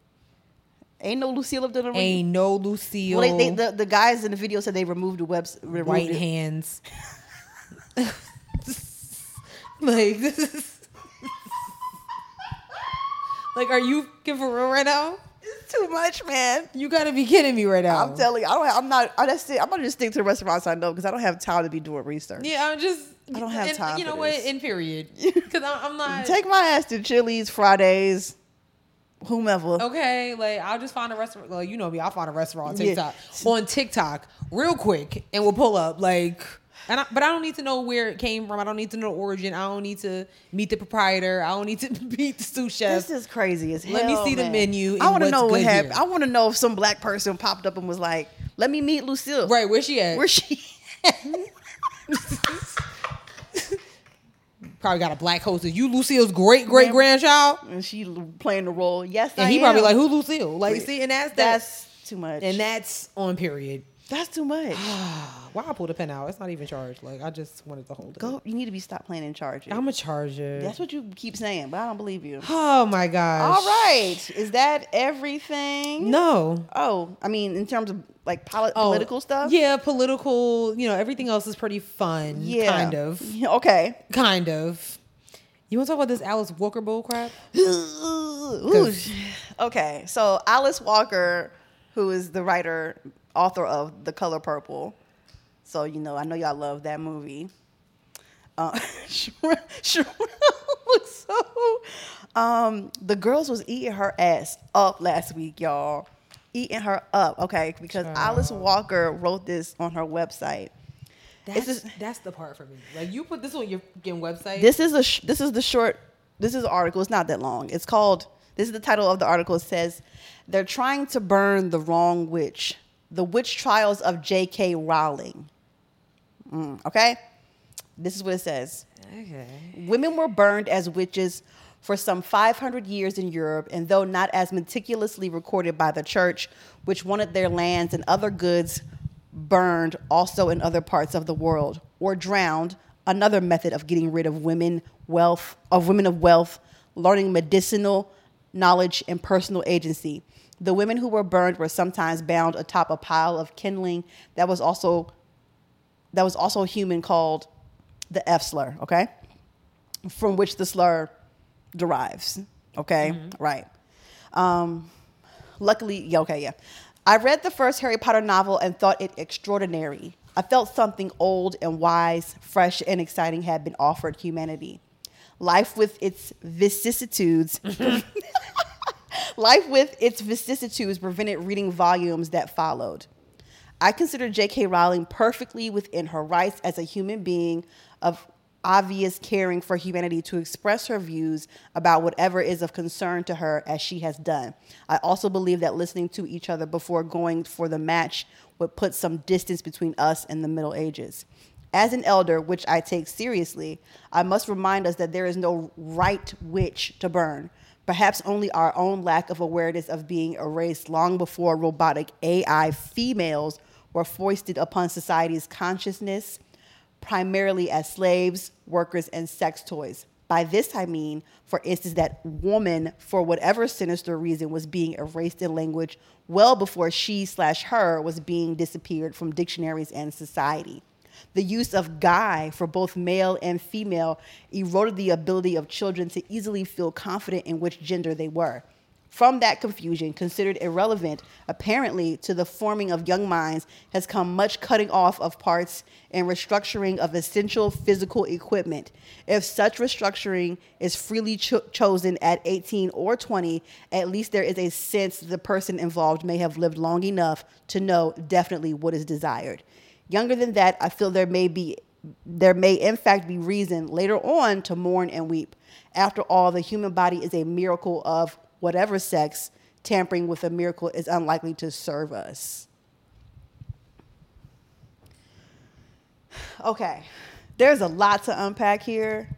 Ain't no Lucille up there. to re-
Ain't no Lucille.
Well, they, they, the, the guys in the video said they removed the webs. Removed
right
it.
hands. like this is like, are you fucking for real right now?
It's too much, man.
You gotta be kidding me right now.
I'm telling you, I don't. Have, I'm not. I just. I'm gonna just stick to the restaurants I know because I don't have time to be doing research.
Yeah, I'm just.
I don't have
and
time
You know
for
what?
this.
In period, because I'm, I'm not.
Take my ass to Chili's, Fridays, whomever.
Okay, like I'll just find a restaurant. Well, you know me, I'll find a restaurant on
Yeah.
TikTok on TikTok real quick, and we'll pull up like. And I, but I don't need to know where it came from. I don't need to know the origin. I don't need to meet the proprietor. I don't need to meet the sous chef.
This is crazy as hell.
Let me see the
man. I
menu and
want to
what's
know what
good
happened.
here.
I want to know if some black person popped up and was like, "Let me meet Lucille."
right, where she at?
Where she?
probably got a black hostess. You Lucille's great great grandchild,
and she playing the role. Yes,
and
I
he probably
am.
like who Lucille? Like, see, and that's that's
That's too much.
and that's on period.
that's too much.
Why I pulled a pen out? It's not even charged. Like I just wanted to hold
Go. You need to be stop playing in charge.
it. I'm a charger.
That's what you keep saying, but I don't believe you.
oh my gosh.
All right. Is that everything?
No.
Oh, I mean, in terms of like poli-
Oh,
political stuff.
Yeah, political. You know, everything else is pretty fun.
Yeah.
Kind of.
Yeah, Okay.
Kind of. You want to talk about this Alice Walker bull crap?
Ooh, okay. So Alice Walker, who is the writer, author of The Color Purple. So, you know, I know y'all love that movie. Uh, Sherelle was so. Um, the girls was eating her ass up last week, y'all. Eating her up, okay? Because Alice Walker wrote this on her website.
That's,
just-
that's the part for me. Like you put this on your fucking website.
This is a sh- this is the short. This is the article. It's not that long. It's called. This is the title of the article. It says, "They're trying to burn the wrong witch." The witch trials of J.K. Rowling. Mm, okay, this is what it says.
okay.
Women were burned as witches for some 500 years in Europe, and though not as meticulously recorded by the church, which wanted their lands and other goods burned also in other parts of the world or drowned, another method of getting rid of women wealth of women of wealth, learning medicinal knowledge and personal agency. The women who were burned were sometimes bound atop a pile of kindling that was also that was also human called the F slur, okay? from which the slur derives. Okay, right. Um, luckily, yeah, okay, yeah. I read the first Harry Potter novel and thought it extraordinary. I felt something old and wise, fresh and exciting had been offered humanity. Life with its vicissitudes. Life with its vicissitudes prevented reading volumes that followed. I consider J.K. Rowling perfectly within her rights as a human being of obvious caring for humanity to express her views about whatever is of concern to her as she has done. I also believe that listening to each other before going for the match would put some distance between us and the Middle Ages. As an elder, which I take seriously, I must remind us that there is no right witch to burn. Perhaps only our own lack of awareness of being erased long before robotic AI females were foisted upon society's consciousness, primarily as slaves, workers, and sex toys. By this I mean, for instance, that woman, for whatever sinister reason, was being erased in language well before she slash her was being disappeared from dictionaries and society. The use of guy for both male and female eroded the ability of children to easily feel confident in which gender they were. From that confusion, considered irrelevant, apparently, to the forming of young minds, has come much cutting off of parts and restructuring of essential physical equipment. If such restructuring is freely cho- chosen at 18 or 20, at least there is a sense the person involved may have lived long enough to know definitely what is desired. Younger than that, I feel there may be there may in fact be reason later on to mourn and weep. After all, the human body is a miracle of whatever sex. Tampering with a miracle is unlikely to serve us. okay, there's a lot to unpack here.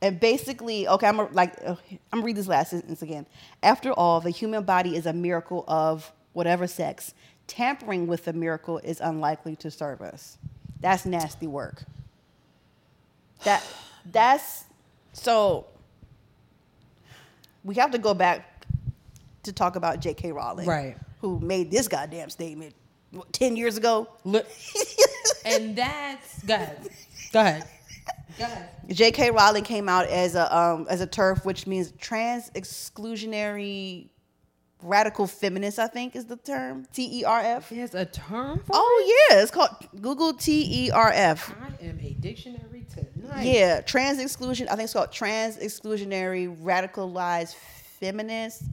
And basically, okay, I'm a, like, okay, I'm gonna read this last sentence again. After all, the human body is a miracle of whatever sex. Tampering with the miracle is unlikely to serve us. That's nasty work. That that's so. We have to go back to talk about J.K. Rowling,
Right.
Who made this goddamn statement what, ten years ago?
Look, and that's go ahead, go ahead, go ahead.
J.K. Rowling came out as a um, as a turf, which means trans exclusionary radical feminist. I think is the term T E R F.
There's a term for
Oh yeah, it's called Google T E R F.
I am a dictionary tonight.
Yeah, trans exclusion. I think it's called trans exclusionary radicalized feminist,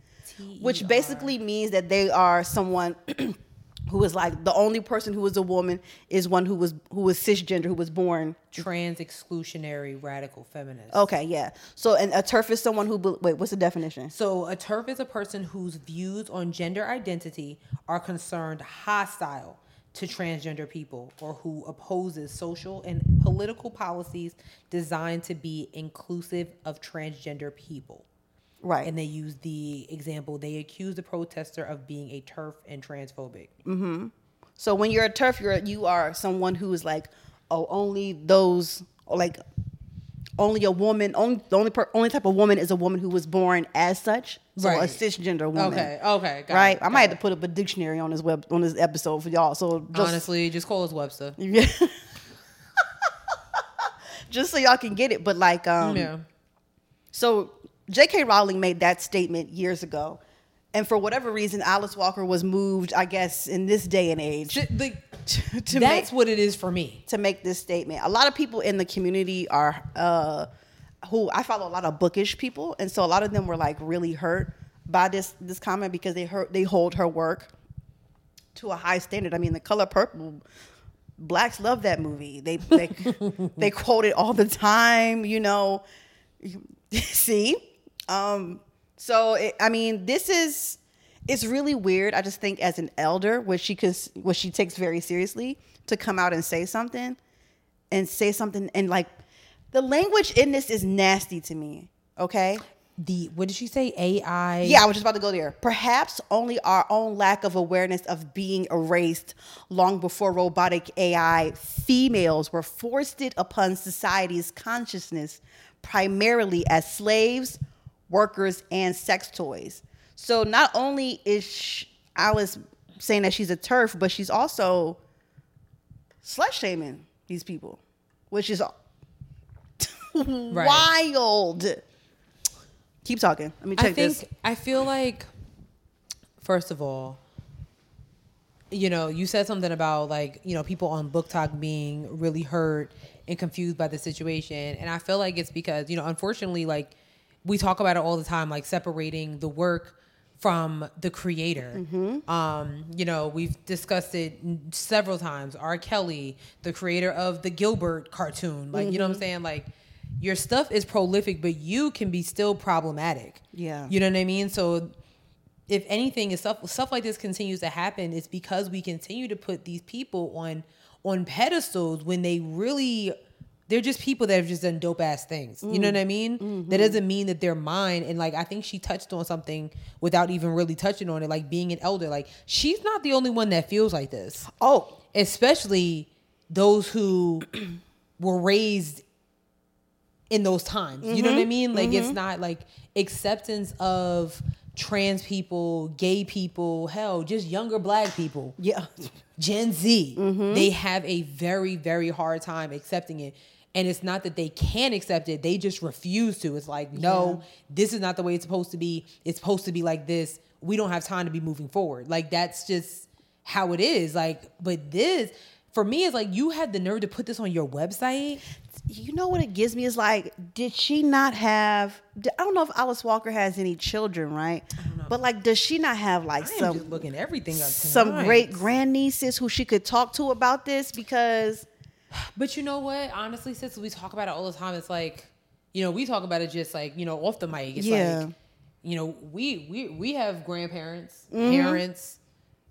which basically means that they are someone who is like the only person who is a woman is one who was who was cisgender who was born
Trans exclusionary radical feminist.
Okay, yeah. So, and a turf is someone who bel wait. What's the definition?
So a TERF is a person whose views on gender identity are concerned hostile to transgender people or who opposes social and political policies designed to be inclusive of transgender people.
Right.
And they use the example, they accuse the protester of being a TERF and transphobic.
so when you're a turf, you're you are someone who is like, oh, only those or like, only a woman. Only the only per, only type of woman is a woman who was born as such. So a
Right.
cisgender woman.
Okay, okay, got
right.
it,
I might
got
have to put up a dictionary on this web on this episode for y'all. So just,
Honestly, just call us Webster.
yeah. just so y'all can get it. But like, um,
yeah.
So J.K. Rowling made that statement years ago. And for whatever reason, Alice Walker was moved, I guess, in this day and age
J- like,
to, to make,
that's what it is for me.
to make this statement. A lot of people in the community are, uh, who I follow a lot of bookish people. And so a lot of them were like really hurt by this, this comment because they, hurt, they hold her work to a high standard. I mean, The Color Purple, blacks love that movie. They, they, they quote it all the time, you know. See? Um, so it, I mean, this is it's really weird. I just think as an elder, which she cons- which she takes very seriously, to come out and say something, and say something, and like the language in this is nasty to me. Okay.
The what did she say? AI.
Yeah, I was just about to go there. Perhaps only our own lack of awareness of being erased long before robotic AI females were foisted upon society's consciousness, primarily as slaves, workers, and sex toys. So not only is sh Alice saying that she's a turf, but she's also slut shaming these people, which is wild. Keep talking. Let me check
I think
this.
I feel like first of all, you know, you said something about like, you know, people on book talk being really hurt and confused by the situation. And I feel like it's because, you know, unfortunately, like we talk about it all the time, like separating the work from the creator.
Mm-hmm.
Um, you know, we've discussed it n- several times. R. Kelly, the creator of the Gilbert cartoon, like, you know
Mm-hmm.
what I'm saying? Like, your stuff is prolific, but you can be still problematic.
Yeah.
You know what I mean? So if anything, if stuff stuff like this continues to happen, it's because we continue to put these people on on pedestals when they really they're just people that have just done dope ass things. You know what I mean? That doesn't mean that they're mine. And like I think she touched on something without even really touching on it, like being an elder. Like she's not the only one that feels like this
Oh,
especially those who were raised in those times. You know
Mm-hmm.
what I mean? Like it's not like acceptance of trans people, gay people, hell, just younger black people.
yeah.
Gen Z,
Mm-hmm.
they have a very, very hard time accepting it. And it's not that they can't accept it, they just refuse to. It's like, no, this is not the way it's supposed to be. It's supposed to be like this. We don't have time to be moving forward. Like, that's just how it is. Like, but this, for me, is like, you had the nerve to put this on your website.
You know what it gives me is like, did she not have? d- I don't know if Alice Walker has any children, right? But like, does she not have like
I am just
some
looking everything up.
some
tonight.
great grandnieces who she could talk to about this? Because
But you know what? Honestly, since we talk about it all the time, it's like, you know, we talk about it just like, you know, off the mic. It's
Yeah. Mm-hmm.
like, you know, we we we have grandparents, parents,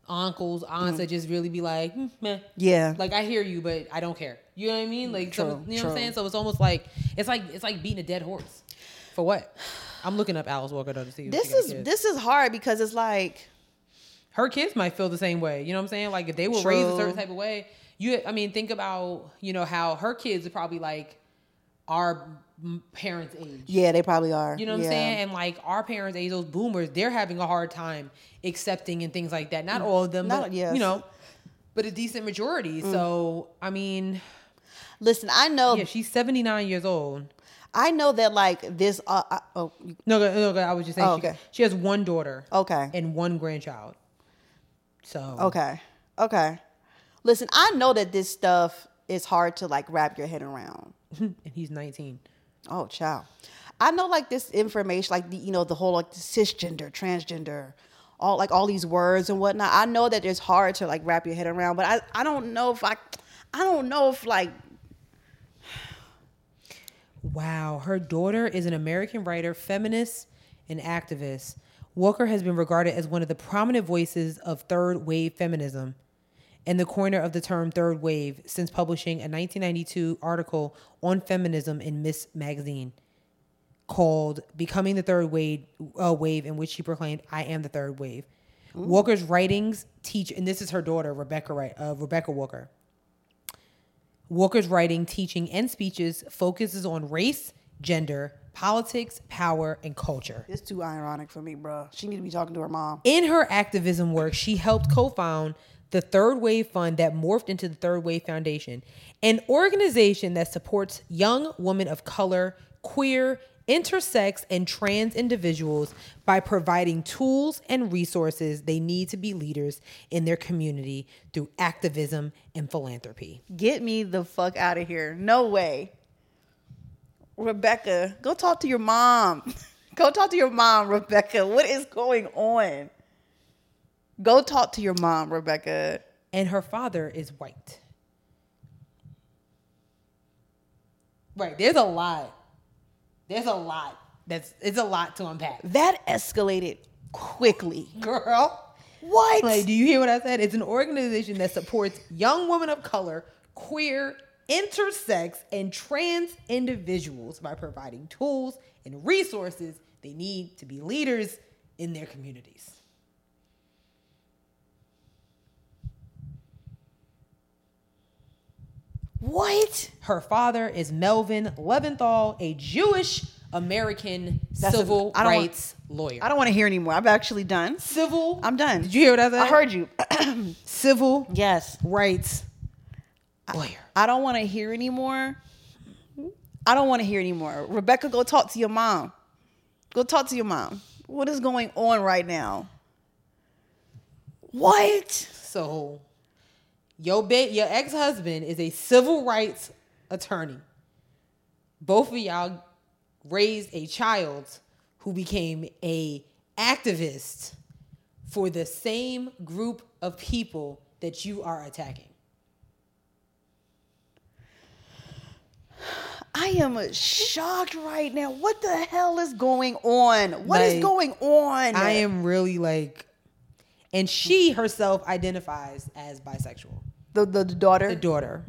uncles, aunts that just really be like, "Mm, meh.
Yeah.
Like I hear you, but I don't care. You know what I mean? Like, so,
True,
you know what I'm
true.
saying? So it's almost like it's like it's like beating a dead horse. For what? I'm looking up Alice Walker though to see. if she
this
got
is
kids.
this is hard because it's like
her kids might feel the same way. You know what I'm saying? Like if they were raised a
True.
certain type of way, you I mean, think about you know how her kids are probably like our m- parents' age.
yeah, they probably are.
You know what
Yeah.
I'm saying? And like our parents' age, those boomers, they're having a hard time accepting and things like that. Not all of them,
Not-
but
yes. Mm.
you know, but a decent majority. So I mean,
Listen, I know
yeah, she's 79 years old.
I know that like this uh, uh, oh you-
No, go- no, go- I was just saying.
Oh,
she,
okay.
she has one daughter.
Okay.
And one grandchild. So
okay. Okay. Listen, I know that this stuff is hard to like wrap your head around.
and he's 19.
Oh, child. I know like this information, like the you know the whole like cisgender, transgender, all like all these words and whatnot. I know that it's hard to like wrap your head around, but I I don't know if I I don't know if like
Wow, her daughter is an American writer, feminist, and activist. Walker has been regarded as one of the prominent voices of third wave feminism and the coiner of the term third wave since publishing a 1992 article on feminism in Miss magazine called Becoming the Third Wave, uh, wave in which she proclaimed, I am the third wave. Walker's writings teach, and this is her daughter, Rebecca, Wright- uh, Rebecca Walker. Walker's writing, teaching, and speeches focuses on race, gender, politics, power, and culture.
it's too ironic for me, bruh. She need to be talking to her mom.
In her activism work, she helped co found the Third Wave Fund that morphed into the Third Wave Foundation, an organization that supports young women of color, queer, intersex, and trans individuals by providing tools and resources they need to be leaders in their community through activism and philanthropy.
Get me the fuck out of here. No way. Rebecca, go talk to your mom. go talk to your mom, Rebecca. What is going on? Go talk to your mom, Rebecca.
and her father is white. Right, there's a lot. There's a lot. That's it's a lot to unpack.
That escalated quickly.
Girl,
What?
like do you hear what I said? It's an organization that supports young women of color, queer, intersex, and trans individuals by providing tools and resources they need to be leaders in their communities.
what?
Her father is Melvin Leventhal, a Jewish American
That's a-
civil
I don't want-
rights lawyer.
I don't want to hear anymore. I'm actually done.
civil.
I'm done.
Did you hear what I said?
I heard you.
Civil
yes.
rights lawyer.
I don't want to hear anymore. I don't want to hear anymore. Rebecca, go talk to your mom. Go talk to your mom. What is going on right now? What?
So, your ba- your ex husband is a civil rights attorney. Both of y'all raised a child who became a activist for the same group of people that you are attacking.
I am shocked right now. What the hell is going on? What is
Like,
going on?
I am really like, and she herself identifies as bisexual.
the, the, the daughter.
The daughter.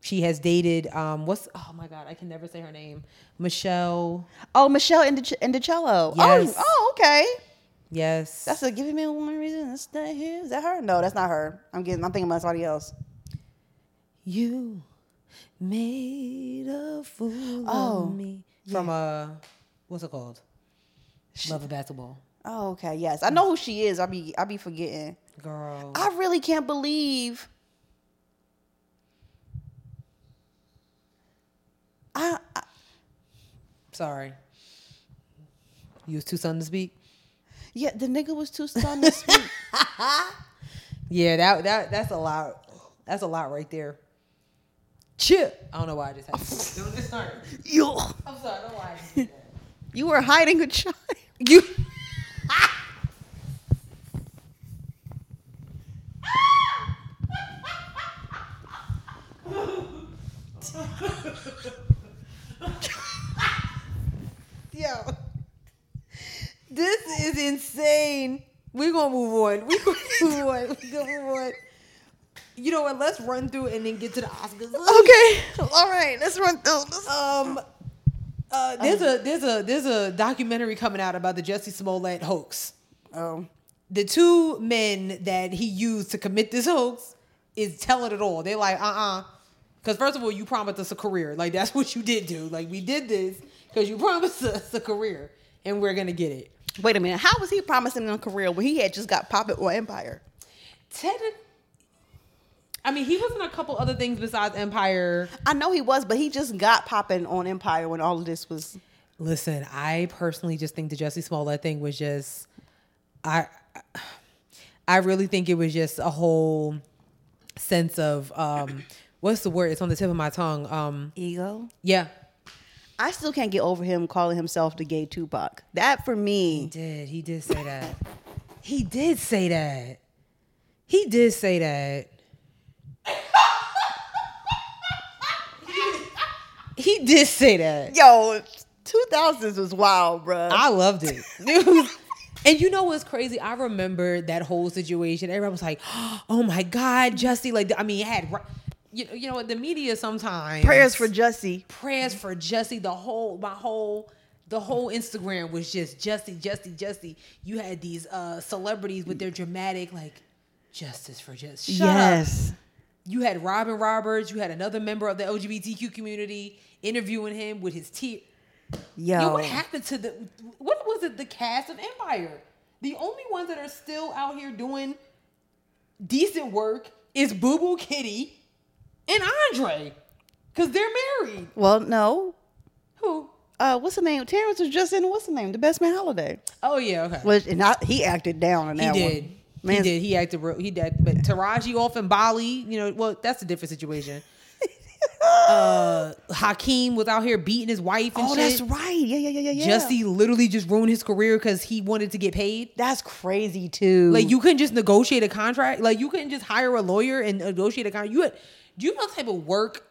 She has dated um what's oh my god I can never say her name Michelle
oh, Michelle Indic- Indicello.
Yes.
Oh, oh, okay.
yes
That's a giving me one reason to stay here. Is that her? No, that's not her. I'm getting. I'm thinking about somebody else.
you made a fool
Oh,
of me from uh what's it called Love of Basketball
Oh, okay. Yes, I know who she is. I be. I be forgetting.
girl
I really can't believe. I, I
sorry you was too sudden to speak
yeah, the nigga was too stunned to speak.
yeah that that that's a lot that's a lot right there chip I don't know why I just had to don't sorry
you,
I'm sorry I don't know why I just did that.
you were hiding a child.
You. Yo. This is insane.
We're gonna move on. We're gonna move on. We're gonna move on. You know what? Let's run through and then get to the Oscars.
Okay. All right. Let's run through this.
Um,
Uh, there's a there's a there's a documentary coming out about the Jesse Smollett hoax.
Oh.
The two men that he used to commit this hoax is telling it all. They're like, uh uh Because, first of all, you promised us a career. Like, that's what you did do. Like, we did this because you promised us a career, and we're going to get it.
Wait a minute. How was he promising them a career when he had just got popping on Empire?
Ted, I mean, he was in a couple other things besides Empire.
I know he was, but he just got popping on Empire when all of this was.
Listen, I personally just think the Jesse Smollett thing was just, I, I really think it was just a whole sense of, um, what's the word? It's on the tip of my tongue. Um,
Ego?
yeah,
I still can't get over him calling himself the gay Tupac. That for me.
did he did say that? He did say that. He did say that. he did say that.
Yo, 2000s was wild, bruh.
I loved it. It was- and you know what's crazy? I remember that whole situation. Everyone was like, "Oh my God, Justy!" Like, I mean, it had ri- you know, you know what? The media sometimes
Prayers for Jussie.
prayers for Justy. The whole my whole the whole Instagram was just Justy, Justy, Justy. You had these uh celebrities with their dramatic like justice for just shut up you had Robin Roberts, you had another member of the LGBTQ community interviewing him with his tear.
Yo.
Yo, what happened to the what was it? The cast of Empire. The only ones that are still out here doing decent work is Boo Boo Kitty and Andre, cause they're married.
Well, no.
Who?
Uh, what's the name? Terrence was just in what's the name? The Best Man Holiday.
Oh yeah, okay.
Which and I, he acted down in
he
that
did.
one. Man,
he did. He acted. Real, he did. But Taraji off in Bali. You know, well, that's a different situation. uh Hakeem was out here beating his wife and
Oh,
shit.
that's right. Yeah, yeah, yeah, yeah, yeah.
Justy literally just ruined his career because he wanted to get paid.
That's crazy too.
Like you couldn't just negotiate a contract. Like you couldn't just hire a lawyer and negotiate a contract. You had, do you know the type of work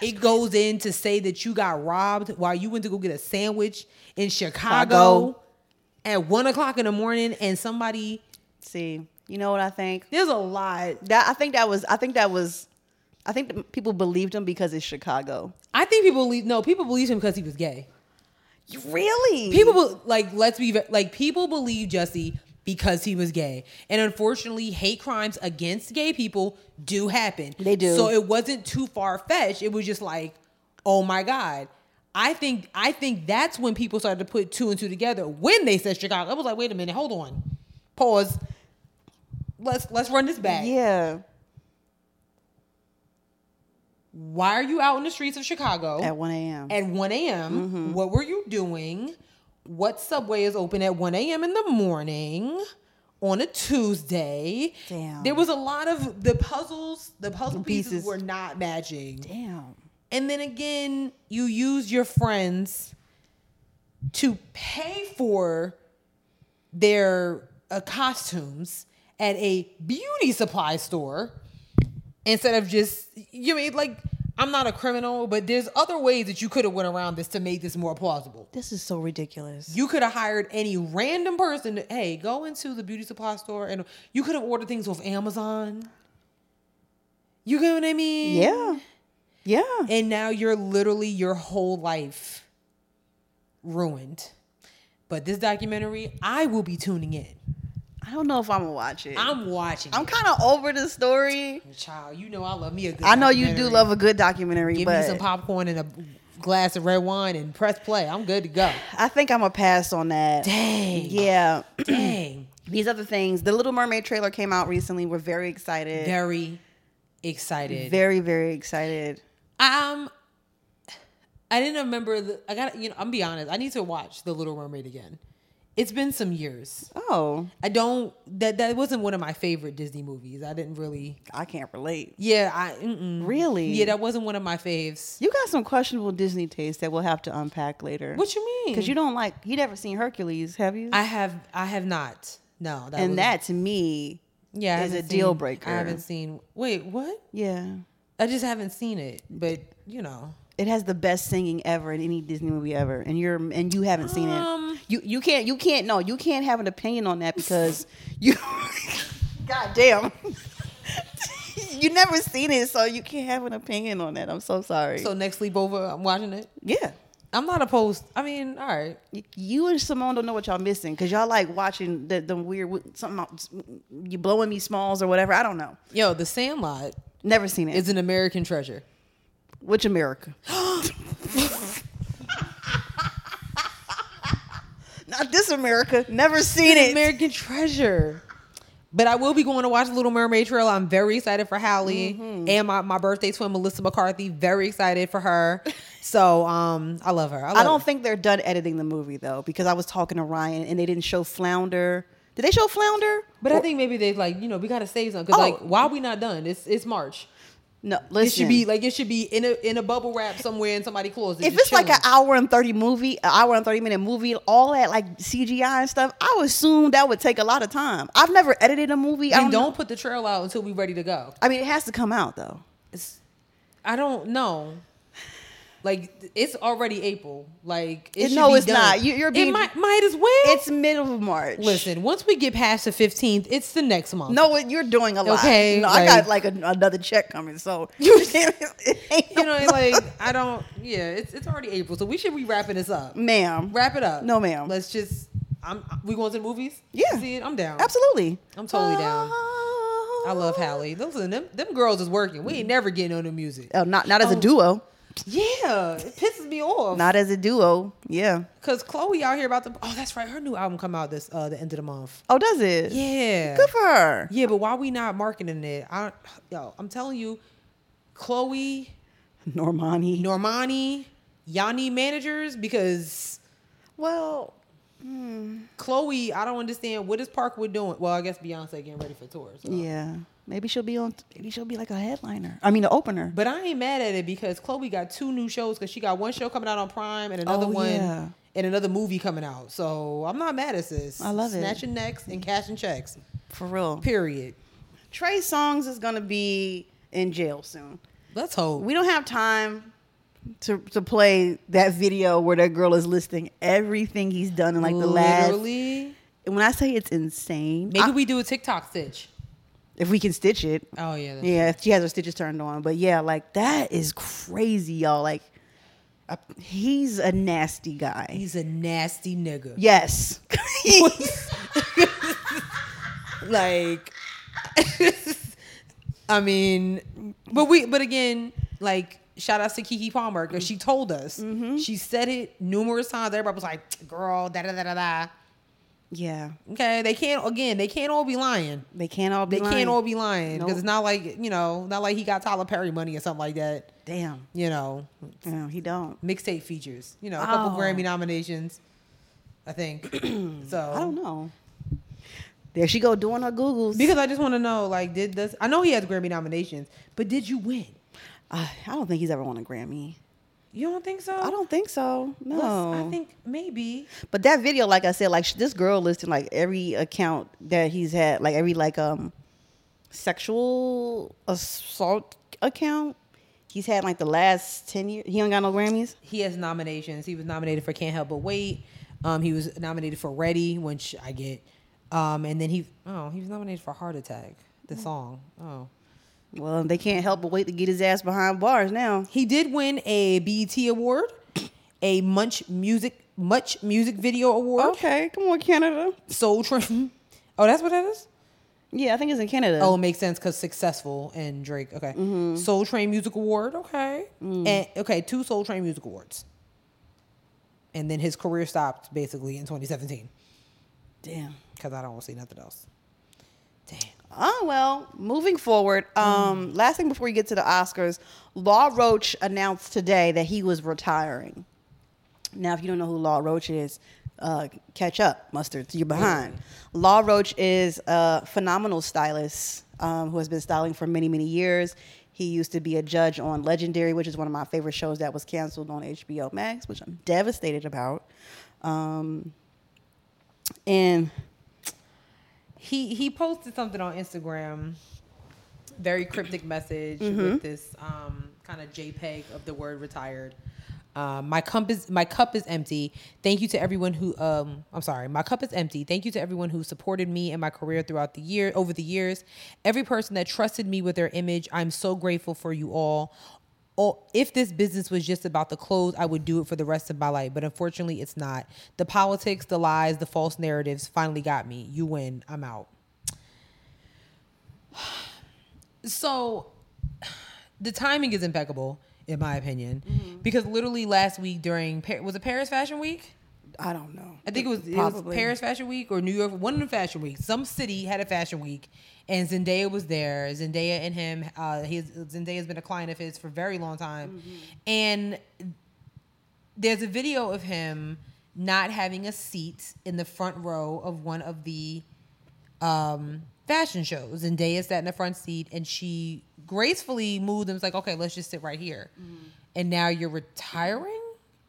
it goes in to say that you got robbed while you went to go get a sandwich in Chicago,
Chicago.
at one o'clock in the morning and somebody.
see, you know what I think?
There's a lot.
That I think that was I think that was I think that people believed him because it's Chicago.
I think people believe no. People believed him because he was gay.
Really?
People be, like let's be ve- like people believe Jesse because he was gay, and unfortunately, hate crimes against gay people do happen.
They do.
So it wasn't too far fetched. It was just like, oh my god. I think I think that's when people started to put two and two together. When they said Chicago, I was like, wait a minute, hold on, pause. Let's let's run this back.
Yeah.
Why are you out in the streets of Chicago
At one a.m. Mm-hmm.
at 1 a.m. What were you doing? What subway is open at 1 a.m. in the morning on a Tuesday?
Damn.
There was a lot of the puzzles, the puzzle pieces,
Pieces.
were not matching.
Damn.
And then again, you use your friends to pay for their uh, costumes at a beauty supply store instead of just you mean like I'm not a criminal, but there's other ways that you could have went around this to make this more plausible.
This is so ridiculous.
You could have hired any random person to, hey, go into the beauty supply store and you could have ordered things off Amazon. You get what I mean?
Yeah. Yeah.
and now you're literally your whole life ruined. But this documentary, I will be tuning in.
I don't know if I'm gonna watch it. I'm,
I'm watching. it.
kind of over the story.
child. You know I love me a good.
I know you do
documentary.
love a good documentary,
Give
but
me some popcorn and a glass of red wine and press play. I'm good to go.
I think I'm gonna pass on that.
Dang.
Yeah.
Dang.
These other things. The Little Mermaid trailer came out recently. We're very excited.
Very excited.
very, very excited.
Um, I didn't remember. The, I got to you know. I'm be honest. I need to watch The Little Mermaid again. It's been some years.
Oh,
I don't. That that wasn't one of my favorite Disney movies. I didn't really.
I can't relate.
Yeah, I mm-mm.
Really?
Yeah, that wasn't one of my faves.
You got some questionable Disney taste that we'll have to unpack later.
What you mean?
Because you don't like. You never seen Hercules, have you?
I have, I have not. No, that
and
was,
that to me,
yeah I
is a
haven't
deal
seen-
breaker.
I haven't seen. Wait, what?
yeah,
I just haven't seen it. But you know,
it has the best singing ever in any Disney movie ever, and you're and you haven't seen
Um,
it. You you can't you can't no you can't have an opinion on that because you God damn. you never seen it, so you can't have an opinion on that. I'm so sorry.
So next sleepover, I'm watching it.
yeah.
I'm not opposed. I mean, all right.
Y- You and Simone don't know what y'all missing because y'all like watching the, the weird w- something about you blowing me smalls or whatever. I don't know.
Yo, The Sandlot
Never seen it.
is an American treasure.
Which America? Not this America. Never seen
It's
it.
an American treasure. But I will be going to watch Little Mermaid Trail. I'm very excited for Hallie and my, my birthday twin Melissa McCarthy. Very excited for her. So um, I love her. I, love
I don't think they're done editing the movie though because I was talking to Ryan and they didn't show Flounder. Did they show Flounder?
But I think maybe they like you know we gotta save some because
Oh.
like why we not done? It's it's March.
No,
It
listen.
should be like it should be in a in a bubble wrap somewhere in somebody's closet.
if
just
it's like an
chilling.
hour and 30 movie, an hour and 30 minute movie, all that like CGI and stuff, I would assume that would take a lot of time. I've never edited a movie. I
and
don't,
don't
know.
put the trail out until we ready to go.
I mean, it has to come out though.
It's, I don't know. Like it's already April. Like
It-
it should
no,
be
it's
done.
not. You- you're being-
it might, might as well.
It's middle of March.
listen. Once we get past the fifteenth, it's the next month.
No, what you're doing a lot.
Okay,
no, I
like-
got like a, another check coming, so it ain't
you know
no-
like I don't. Yeah, it's it's already April, so we should be wrapping this up.
ma'am.
Wrap it up.
Mm. No, ma'am.
Let's just. I'm. We going to the movies?
Yeah.
See it? I'm down.
Absolutely.
I'm totally down. I love Hallie. Listen, them them girls is working. We ain't never getting on the music.
Oh, not not as a duo.
Yeah, it pisses me off.
Not as a duo. Yeah.
Cause Chloe out here about the. Oh, that's right. Her new album come out this uh the end of the month.
Oh, does it?
Yeah.
Good for her.
Yeah, but why we not marketing it? I yo, I'm telling you, Chloe,
Normani.
Normani, Yanni managers because
well,
Chloe, I don't understand what is Parkwood doing. Well, I guess Beyonce getting ready for tours.
yeah. Maybe she'll be on. Maybe she'll be like a headliner. I mean, an opener.
But I ain't mad at it because Chloe got two new shows because she got one show coming out on Prime and another
Oh,
one
yeah.
and another movie coming out. So I'm not mad at this.
I love it.
Snatching necks and cashing checks.
For real.
Period.
Trey Songs is gonna be in jail soon.
Let's hope.
We don't have time to to play that video where that girl is listing everything he's done in like the last.
Literally.
And when I say it's insane,
Maybe
I-
we do a TikTok stitch.
if we can stitch it.
Oh yeah. that's-
Yeah, if she has her stitches turned on. But yeah, like that is crazy, y'all. Like uh, he's a nasty guy.
He's a nasty nigga.
Yes.
Like I mean, but we but again, like shout outs to Kiki Palmer because she told us.
Mm-hmm.
She said it numerous times. Everybody was like, girl, da da da da da.
yeah.
Okay, they can't again. They can't all be lying.
They can't all be
They
lying.
can't all be lying because
Nope.
it's not like you know, not like he got Tyler Perry money or something like that.
Damn.
You know,
No, he don't.
mixtape features. You know, a couple
Oh.
Grammy nominations. I think so.
I don't know. There she go doing her Googles.
because I just want to know, like, did this? I know he has Grammy nominations, but did you win?
Uh, I don't think he's ever won a Grammy.
You don't think so?
I don't think so.
Let's-
No.
I think maybe.
But that video, like I said, like sh- this girl listing like every account that he's had, like every like um sexual assault account he's had in, like the last ten years. He don't got no Grammys.
he has nominations. He was nominated for Can't Help But Wait. Um, he was nominated for Ready, which I get. Um, and then he oh he was nominated for Heart Attack, the
Mm.
song. Oh,
Well, they can't help but wait to get his ass behind bars now.
he did win a BET award, a Munch Music Much Music Video Award,
Okay, come on, Canada.
Soul Train. Oh, that's what that is.
Yeah, I think it's in Canada.
Oh, it makes sense because successful and Drake. Okay, Soul Train Music Award. Okay, and okay, two Soul Train Music Awards. And then his career stopped basically in 2017.
damn.
because I don't want to see nothing else. Damn.
Oh well, moving forward.
Mm.
Um, last thing before we get to the Oscars, Law Roach announced today that he was retiring. Now, if you don't know who Law Roach is, uh, catch up, mustard. You're behind. Law Roach is a phenomenal stylist um, who has been styling for many, many years. He used to be a judge on Legendary, which is one of my favorite shows that was canceled on HBO Max, which I'm devastated about. Um, and
He he posted something on Instagram. Very cryptic message with this um, kind of JPEG of the word retired. Um, my cup is my cup is empty. Thank you to everyone who um I'm sorry, my cup is empty. Thank you to everyone who supported me and my career throughout the year over the years. Every person that trusted me with their image, I'm so grateful for you all. Oh, if this business was just about the clothes, I would do it for the rest of my life. But unfortunately, it's not. The politics, the lies, the false narratives finally got me. You win. I'm out. So the timing is impeccable, in my opinion, because literally last week during Par- was it Paris Fashion Week?
I don't know.
I think it was, it was Paris Fashion Week or New York, one of the fashion weeks. Some city had a fashion week, and Zendaya was there. Zendaya and him, uh, his Zendaya's been a client of his for a very long time, and there's a video of him not having a seat in the front row of one of the um, fashion shows. Zendaya sat in the front seat, and she gracefully moved and was like, "Okay, let's just sit right here." And now you're retiring.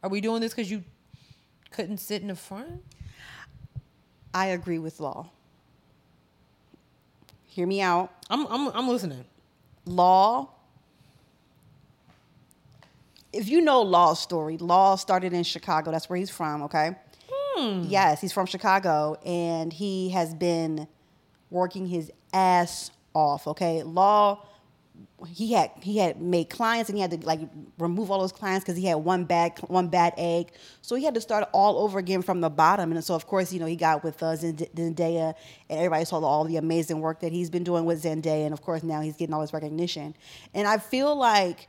Are we doing this because you couldn't sit in the front?
I agree with Law. Hear me out.
I'm I'm I'm listening.
Law. If you know Law's story, Law started in Chicago. That's where he's from, okay? Yes, he's from Chicago and he has been working his ass off, okay? Law he had he had made clients and he had to like remove all those clients because he had one bad one bad egg. So he had to start all over again from the bottom. And so of course you know he got with uh, Zend- Zendaya and everybody saw all the amazing work that he's been doing with Zendaya. And of course now he's getting all this recognition. And I feel like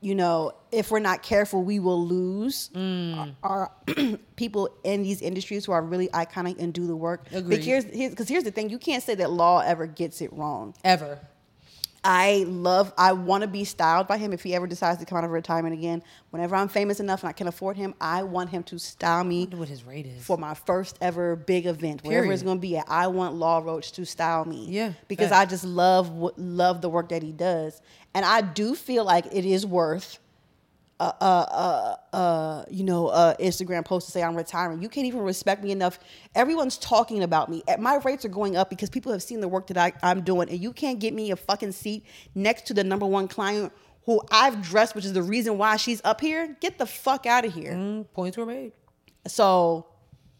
you know if we're not careful we will lose our, our people in these industries who are really iconic and do the work.
Agreed.
Because here's, here's, 'cause here's the thing: you can't say that Law ever gets it wrong.
Ever.
I love, I want to be styled by him if he ever decides to come out of retirement again. Whenever I'm famous enough and I can afford him, I want him to style me
What his rate is.
for my first ever big event, wherever it's
Period.
going to be at. I want Law Roach to style me.
Yeah,
Because
facts.
I just love, wh- love the work that he does. And I do feel like it is worth you know, uh, Instagram post to say I'm retiring. You can't even respect me enough. Everyone's talking about me. Uh, My rates are going up because people have seen the work that I, I'm doing, and you can't get me a fucking seat next to the number one client who I've dressed, which is the reason why she's up here. Get the fuck out of
Mm.
here.
Points were made.
So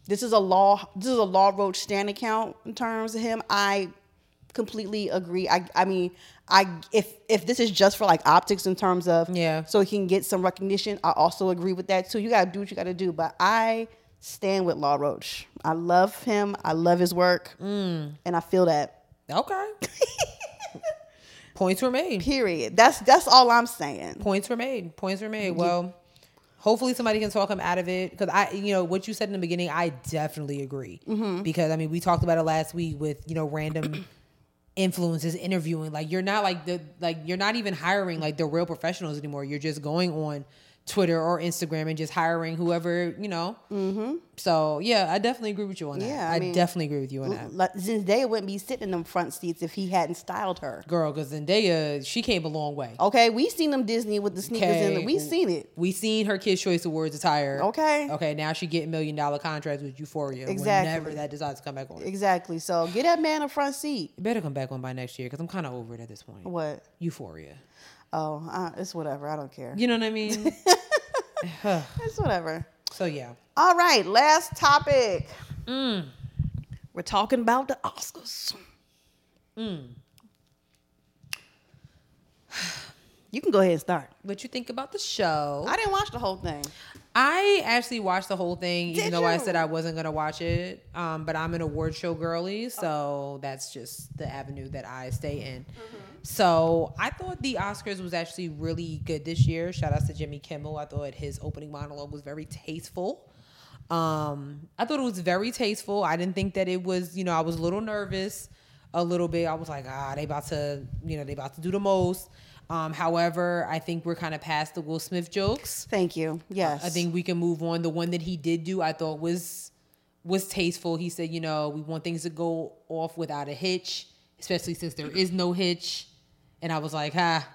this is a law. This is a law roach stand account in terms of him. I completely agree. I I mean I if if this is just for like optics in terms of
Yeah.
so he can get some recognition. I also agree with that too. You gotta do what you gotta do. But I stand with Law Roach. I love him. I love his work,
Mm.
and I feel that.
Okay. Points were made.
Period. That's that's all I'm saying.
Points were made. Points were made. Well, hopefully somebody can talk him out of it because I, you know, what you said in the beginning, I definitely agree. Because I mean, we talked about it last week with you know random influences interviewing. Like you're not like the like you're not even hiring like the real professionals anymore. You're just going on Twitter or Instagram and just hiring whoever you know. Mm-hmm. So yeah, I definitely agree with you on that.
Yeah,
I,
I mean-
definitely agree with you on that.
Like, Zendaya wouldn't be sitting in them front seats if he hadn't styled her.
girl because Zendaya she came a long way.
Okay, we seen them Disney with the sneakers in.
Okay.
it. We seen it.
We seen her Kids Choice Awards attire.
Okay.
Okay. Now she getting million dollar contracts with Euphoria.
Exactly.
Whenever that decides to come back on, it
Exactly. So get that man a front seat.
better come back on by next year because I'm kind of over it at this point.
What?
Euphoria.
Oh, uh, it's whatever. I don't care.
You know what I mean?
It's whatever.
so yeah.
All right. Last topic. Mm. We're talking about the Oscars. Mm. You can go ahead and start.
What you think about the show?
I didn't watch the whole thing.
I actually watched the whole thing, even
Did
though I
you?
said I wasn't gonna watch it. Um, but I'm an award show
Oh.
girly, so that's just the avenue that I stay in.
Mm-hmm.
So I thought the Oscars was actually really good this year. Shout out to Jimmy Kimmel. I thought his opening monologue was very tasteful. Um, I thought it was very tasteful. I didn't think that it was, you know, I was a little nervous a little bit. I was like, ah, they about to, you know, they about to do the most. Um, however, I think we're kind of past the Will Smith jokes.
Thank you. Yes.
I think we can move on. The one that he did do, I thought was was tasteful. He said, you know, we want things to go off without a hitch, especially since there is no hitch. And I was like, ha,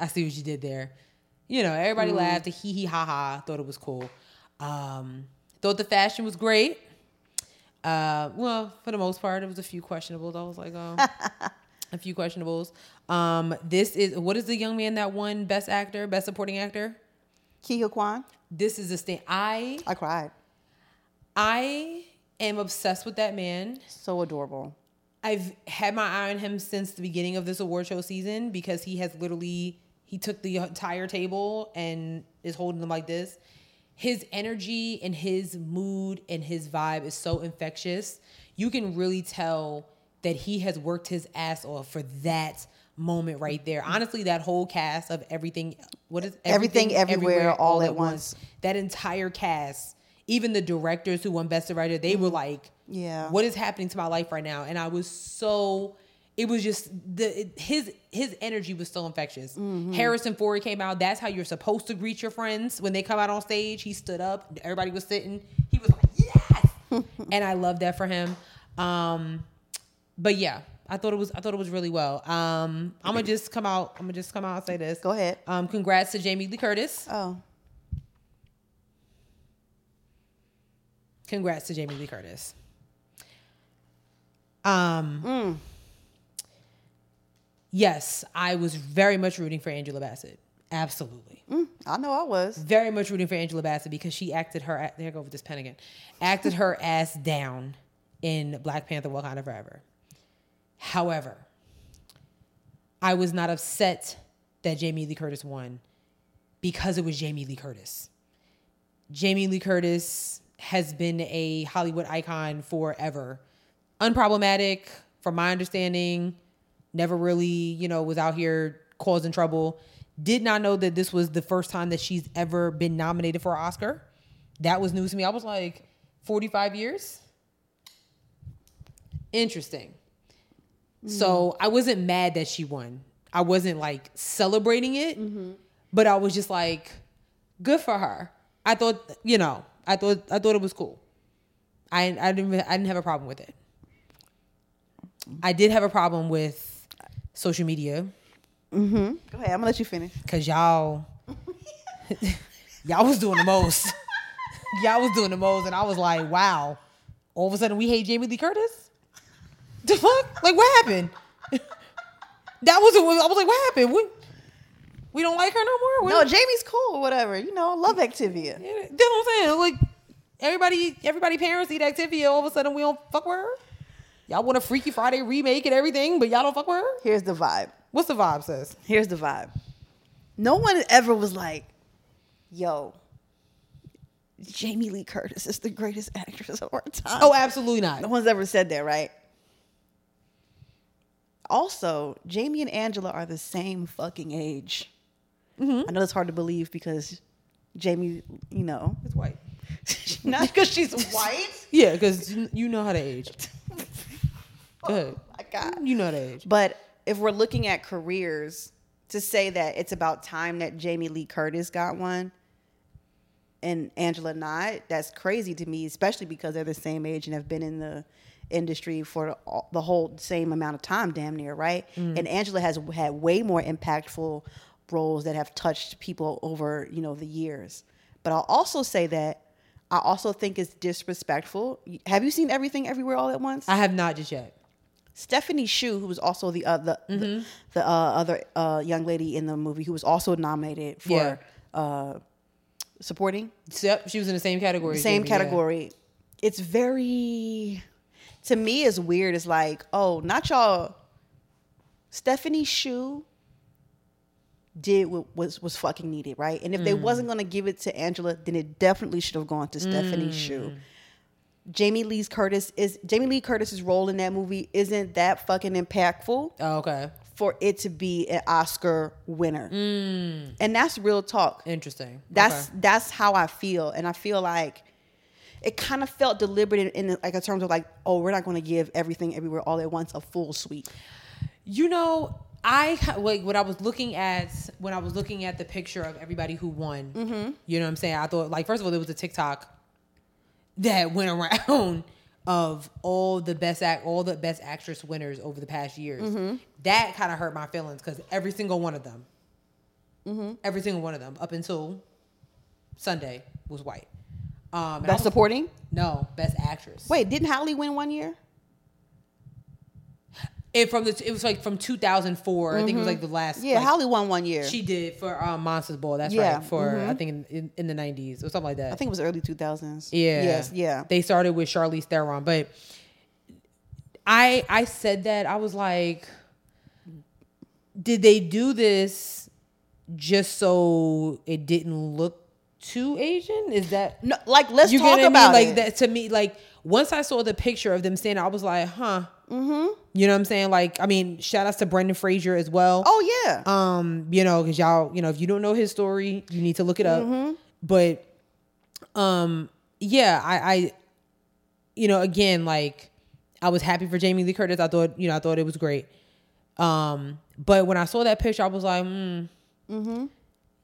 I see what you did there. You know, everybody laughed, hee hee ha ha. Thought it was cool. Um, thought the fashion was great. Uh, well, for the most part, it was a few questionables. I was like, oh, a few questionables. Um, this is what is the young man that won Best Actor, Best Supporting Actor?
Kika Kwan.
This is the thing. I
I cried.
I am obsessed with that man.
So adorable.
I've had my eye on him since the beginning of this award show season because he has literally he took the entire table and is holding them like this. His energy and his mood and his vibe is so infectious. You can really tell that he has worked his ass off for that moment right there. Honestly, that whole cast of everything what is
Everything, Everywhere, All at Once.
That entire cast, even the directors who won Best Director, they were like
Mm. Yeah.
what is happening to my life right now and i was so it was just the it- his his energy was so infectious
Mm-hmm.
harrison ford came out that's how you're supposed to greet your friends when they come out on stage he stood up everybody was sitting he was like yes and i love that for him um but yeah i thought it was i thought it was really well um i'm gonna just come out i'm gonna just come out and say this
Go ahead.
um congrats to jamie lee curtis
Oh,
Congrats to Jamie Lee Curtis. Um, Yes, I was very much rooting for Angela Bassett. Absolutely.
I know I was.
Very much rooting for Angela Bassett because she acted her, there I go with this pen again, acted her ass down in Black Panther Wakanda Forever. However, I was not upset that Jamie Lee Curtis won because it was Jamie Lee Curtis. Jamie Lee Curtis has been a Hollywood icon forever. Unproblematic, from my understanding, never really, you know, was out here causing trouble. Did not know that this was the first time that she's ever been nominated for an Oscar. That was news to me. I was like, 45 years? Interesting. So I wasn't mad that she won. I wasn't like celebrating it, but I was just like, good for her. I thought, you know, I thought I thought it was cool. I I didn't I didn't have a problem with it. I did have a problem with social media
Go ahead. I'm gonna let you finish.
because y'all y'all was doing the most. y'all was doing the most, and I was like, wow. All of a sudden, we hate Jamie Lee Curtis. The fuck? Like, what happened? that was I was like, what happened? We we don't like her no more. We
No,
don't-
Jamie's cool. Whatever. You know, love Activia.
That's what I'm saying. Like everybody, everybody parents eat Activia. All of a sudden, we don't fuck with her. Y'all want a Freaky Friday remake and everything, but y'all don't fuck with her.
Here's the vibe.
What's the vibe, sis?
Here's the vibe. No one ever was like, "Yo, Jamie Lee Curtis is the greatest actress of our time."
Oh, absolutely not.
No one's ever said that, right? Also, Jamie and Angela are the same fucking age. I know it's hard to believe because Jamie, you know,
It's white.
not because she's white.
Yeah, because you know how to age. Go ahead.
My God.
You know how to age.
But if we're looking at careers, to say that it's about time that Jamie Lee Curtis got one and Angela not, that's crazy to me, especially because they're the same age and have been in the industry for all- the whole same amount of time, damn near, right? And Angela has had way more impactful roles that have touched people over, you know, the years. But I'll also say that I also think it's disrespectful. Have you seen Everything Everywhere All at Once?
I have not just yet.
Stephanie Shu, who was also the other the, the, uh, other uh, young lady in the movie, who was also nominated for
Yeah.
uh, supporting
So, Yep, she was in the same category. as
same
Jamie, yeah.
category. It's very to me it's weird. It's like oh, not y'all. Stephanie Shu did what was was fucking needed, right? And if they wasn't gonna give it to Angela, then it definitely should have gone to Stephanie Shu. Jamie Lee Curtis is Jamie Lee Curtis's role in that movie isn't that fucking impactful
Oh, okay.
for it to be an Oscar winner. And that's real talk.
Interesting.
That's
Okay.
that's how I feel, and I feel like it kind of felt deliberate in, in like in terms of like, oh, we're not going to give everything everywhere all at once a full suite.
You know, I ca- like what I was looking at when I was looking at the picture of everybody who won. You know what I'm saying? I thought like first of all there was a TikTok that went around of all the best act all the best actress winners over the past years. That kind of hurt my feelings because every single one of them, every single one of them up until Sunday was white. Um, and I
That's
was-
supporting.
no best actress.
Wait, didn't Holly win one year?
And from the, it was like from 2004. I think it was like the last.
Yeah,
like,
Holly won one year.
she did for uh, Monsters Ball. That's
Yeah, mm-hmm.
right. For I think in, in, in the 90s or something like that.
I think it was early 2000s.
Yeah.
Yes. Yeah.
They started with Charlize Theron, but I I said that I was like, did they do this just so it didn't look too Asian? Is that
no, like let's
you get
talk
what I mean?
about
like
it.
that to me? Like once I saw the picture of them standing, I was like, huh. Mm-hmm. You know what I'm saying? Like, I mean, shout outs to Brendan Fraser as well.
Oh yeah.
Um, you know, because y'all, you know, if you don't know his story, you need to look it up.
Mm-hmm.
But um, yeah, I, I, you know, again, like I was happy for Jamie Lee Curtis. I thought, you know, I thought it was great. Um, but when I saw that picture, I was like, hmm,
Mm-hmm.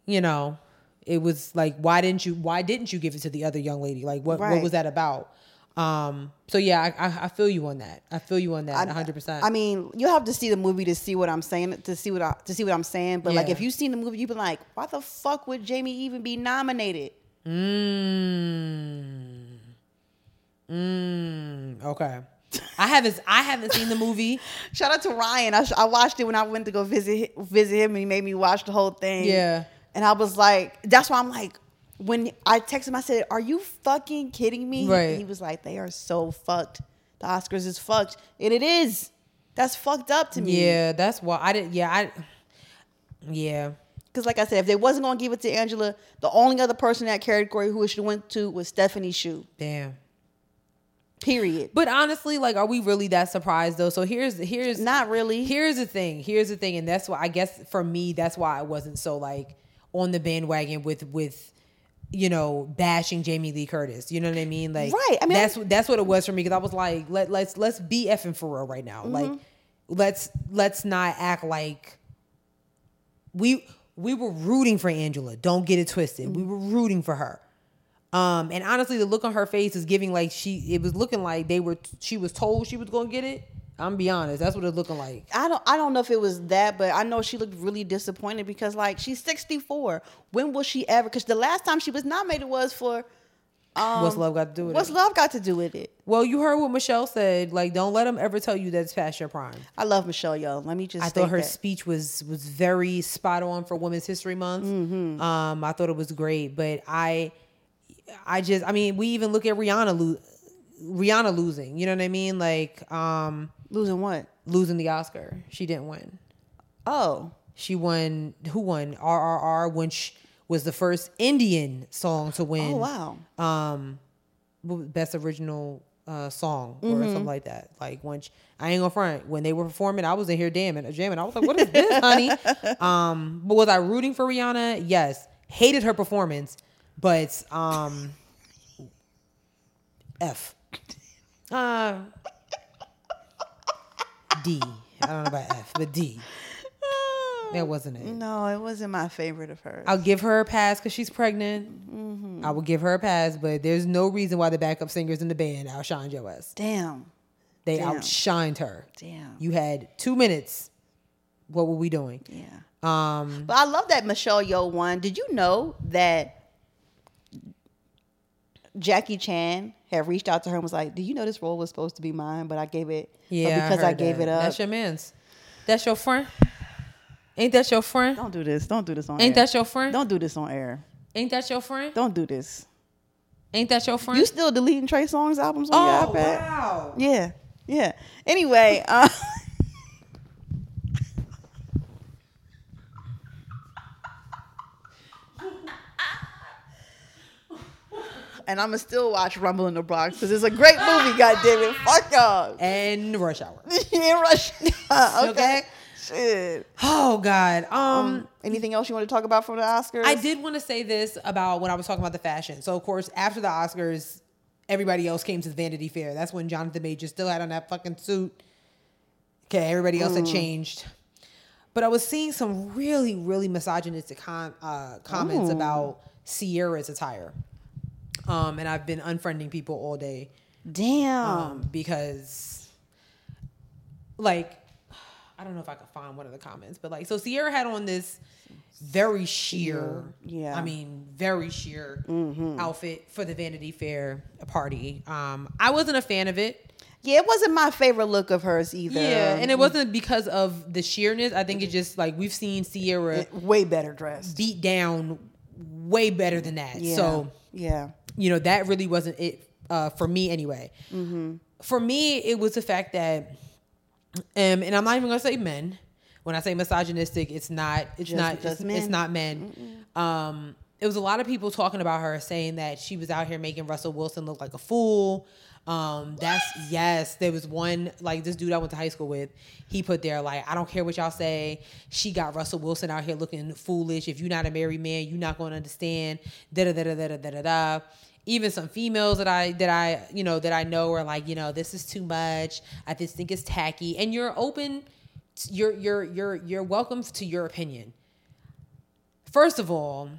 you know, it was like, why didn't you? Why didn't you give it to the other young lady? Like, what what
Right.
was that about? Um, so yeah, I, I, I feel you on that. I feel you on that, hundred percent.
I mean, you have to see the movie to see what I'm saying to see what I, to see what I'm saying. But like,
Yeah.
if you've seen the movie, you've been like, why the fuck would Jamie even be nominated?
Mm, okay. I haven't I haven't seen the movie.
Shout out to Ryan. I, sh- I watched it when I went to go visit hi- visit him, and he made me watch the whole thing.
Yeah.
and I was like, that's why I'm like, when I texted him, I said, "Are you fucking kidding me?"
Right.
He was like, "They are so fucked. The Oscars is fucked, and it is. That's fucked up to me.
Yeah, that's why I didn't. Yeah, I. Yeah,
Because, like I said, if they wasn't gonna give it to Angela, the only other person in that category who it should have went to was Stephanie Shu.
damn.
Period.
But honestly, like, are we really that surprised though? So here's here's
Not really.
here's the thing. Here's the thing, and that's why I guess for me, that's why I wasn't so like on the bandwagon with with you know bashing Jamie Lee Curtis. You know what I mean? Like,
Right, I mean,
that's
I-
that's what it was for me because I was like, let let's let's be effing for real right now.
Mm-hmm.
Like, let's let's not act like we we were rooting for Angela. Don't get it twisted.
Mm-hmm.
We were rooting for her. Um, and honestly, the look on her face is giving like she. It was looking like they were. She was told she was gonna get it. I'm gonna be honest. That's what it's looking like.
I don't I don't know if it was that, but I know she looked really disappointed because like she's 64. When will she ever cuz the last time she was nominated was for
What's love got to do with
Um, What's
it?
Love Got to Do with It?
Well, you heard what Michelle said. Like, don't let them ever tell you that's past your prime.
I love Michelle Yo. Let me just
I
state
thought her
that.
speech was was very spot on for Women's History Month. Um, I thought it was great, but I, I just, I mean, we even look at Rihanna, lo- Rihanna losing. You know what I mean? Like, um,
losing what?
losing the Oscar, she didn't win.
Oh.
She won. Who won? RRR, which was the first Indian song to win.
Oh wow.
best original uh, song or something like that. Like when sh- I ain't gonna front when they were performing, I was in here damn jamming. I was like, "What is this, honey?" Um, but was I rooting for Rihanna? Yes, hated her performance, but um, F, uh, D. I don't know about F, but D. That wasn't it.
No, it wasn't my favorite of hers.
I'll give her a pass because she's pregnant. I will give her a pass, but there's no reason why the backup singers in the band outshined your ass.
Damn.
They
Damn.
outshined her.
Damn.
You had two minutes. What were we doing?
Yeah.
Um,
But I love that Michelle Yeoh won. Did you know that Jackie Chan had reached out to her and was like, "Do you know this role was supposed to be mine, but I gave it, but
yeah,
because I,
heard
gave
that.
it up."
That's your man's. That's your friend. Ain't that your friend?
don't do this. Don't do this on
Ain't
air.
that your friend?
Don't do this on air.
Ain't that your friend?
Don't do this.
Ain't that your friend?
You still deleting Trey Songz albums on
oh
your iPad?
wow!
Yeah, yeah. Anyway, uh, and I'ma still watch Rumble in the Bronx because it's a great movie. goddamn it, fuck y'all.
And rush hour.
In Rush, okay.
Okay.
Shit.
Oh God. um
Anything else you want to talk about from the Oscars?
I did want to say this about when I was talking about the fashion. So of course, after the Oscars, everybody else came to the Vanity Fair. That's when Jonathan Major still had on that fucking suit. Okay, everybody else had changed. But I was seeing some really, really misogynistic com- uh, comments about Sierra's attire. Um, and I've been unfriending people all day
Damn.
um, because like I don't know if I could find one of the comments, but like so Sierra had on this very sheer,
Yeah.
I mean very sheer outfit for the Vanity Fair party. Um, I wasn't a fan of it.
Yeah, it wasn't my favorite look of hers either.
Yeah, and it wasn't because of the sheerness. I think it's just like we've seen Sierra
way better dressed.
beat down way better than that.
Yeah.
So
yeah,
you know that really wasn't it uh, for me anyway.
Mm-hmm.
For me, it was the fact that, um, and I'm not even gonna say men. When I say misogynistic, it's not. It's
Just-
not.
just
it's,
men.
it's not men. Um, it was a lot of people talking about her, saying that she was out here making Russell Wilson look like a fool. Um, that's yes. There was one like this dude I went to high school with. He put there like, I don't care what y'all say. She got Russell Wilson out here looking foolish. If you're not a married man, you're not going to understand. Da da da da da da da da. Even some females that I that I you know that I know are like, you know, this is too much. I just think it's tacky. And you're open. You're you're you're you're welcome to your opinion. First of all,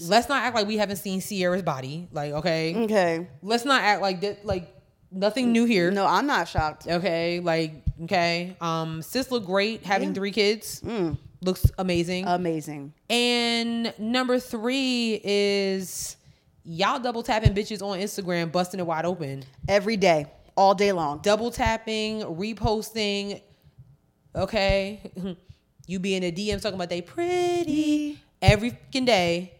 let's not act like we haven't seen Sierra's body. Like, okay,
okay.
let's not act like that. Like, nothing new here.
No, I'm not shocked.
Okay, like, okay. Um, sis look great having three kids. Looks amazing.
Uh, Amazing.
and number three is y'all double tapping bitches on Instagram, busting it wide open
Every day, all day long.
double tapping, reposting. Okay, you be in the DMs talking about they pretty every fucking day,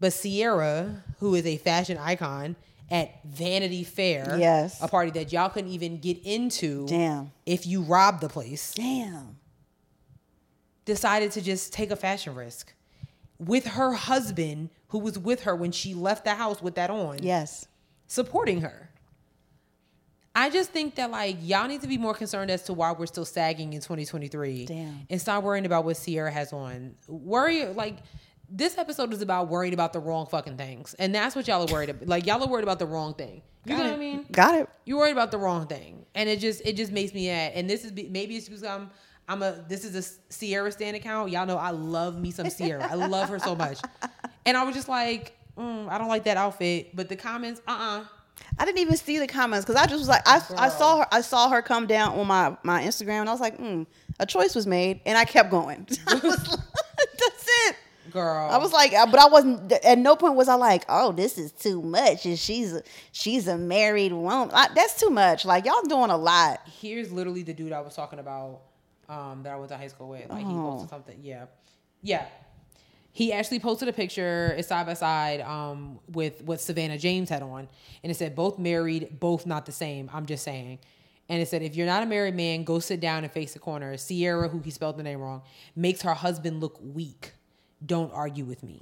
but Sierra, who is a fashion icon at Vanity Fair,
Yes.
a party that y'all couldn't even get into,
Damn.
if you robbed the place,
Damn.
decided to just take a fashion risk with her husband, who was with her when she left the house with that on
Yes.
supporting her. I just think that like y'all need to be more concerned as to why we're still sagging in 2023.
Damn.
And stop worrying about what Sierra has on. Worry like this episode is about worried about the wrong fucking things. And that's what y'all are worried about. Like y'all are worried about the wrong thing. You know what I mean?
Got it.
you worried about the wrong thing, and it just it just makes me mad. And this is be- maybe it's because I'm I'm a this is a Sierra Stan account. Y'all know I love me some Sierra. I love her so much, and I was just like, mm, I don't like that outfit. But the comments, uh uh
I didn't even see the comments because I just was like, I, I saw her, I saw her come down on my my Instagram, and I was like, hmm, a choice was made, and I kept going. I was like, That's it.
girl.
I was like, uh, but I wasn't. At no point was I like, oh, this is too much, and she's a, she's a married woman. Like, that's too much. Like y'all doing a lot.
here's literally the dude I was talking about um, that I went to high school with. Like he posted something. Yeah, yeah. He actually posted a picture. It's side by side um, with what Savannah James had on, and it said both married, both not the same. I'm just saying. And it said, if you're not a married man, go sit down and face the corner. Sierra, who he spelled the name wrong, makes her husband look weak. Don't argue with me.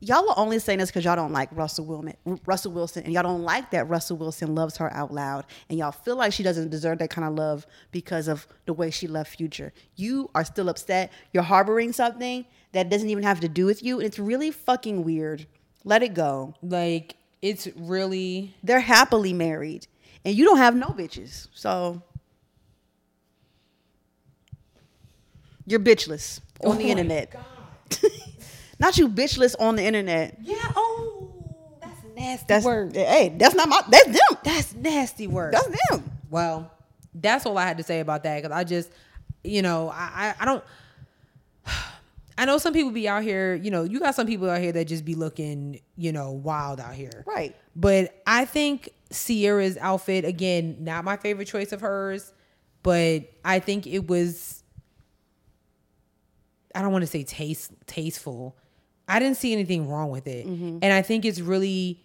Y'all are only saying this because y'all don't like Russell Wilson, Russell Wilson, and y'all don't like that Russell Wilson loves her out loud, and y'all feel like she doesn't deserve that kind of love because of the way she left Future. You are still upset. You're harboring something that doesn't even have to do with you, and it's really fucking weird. Let it go.
Like it's really
They're happily married, and you don't have no bitches, so you're bitchless on the internet. Not you bitchless on the internet.
yeah. Oh, that's nasty
That's
word.
hey, that's not my. That's them.
That's nasty word.
That's them.
Well, that's all I had to say about that because I just, you know, I, I I don't. I know some people be out here, you know, you got some people out here that just be looking, you know, wild out here.
Right.
But I think Sierra's outfit, again, not my favorite choice of hers, but I think it was I don't want to say taste tasteful. I didn't see anything wrong with it. And I think it's really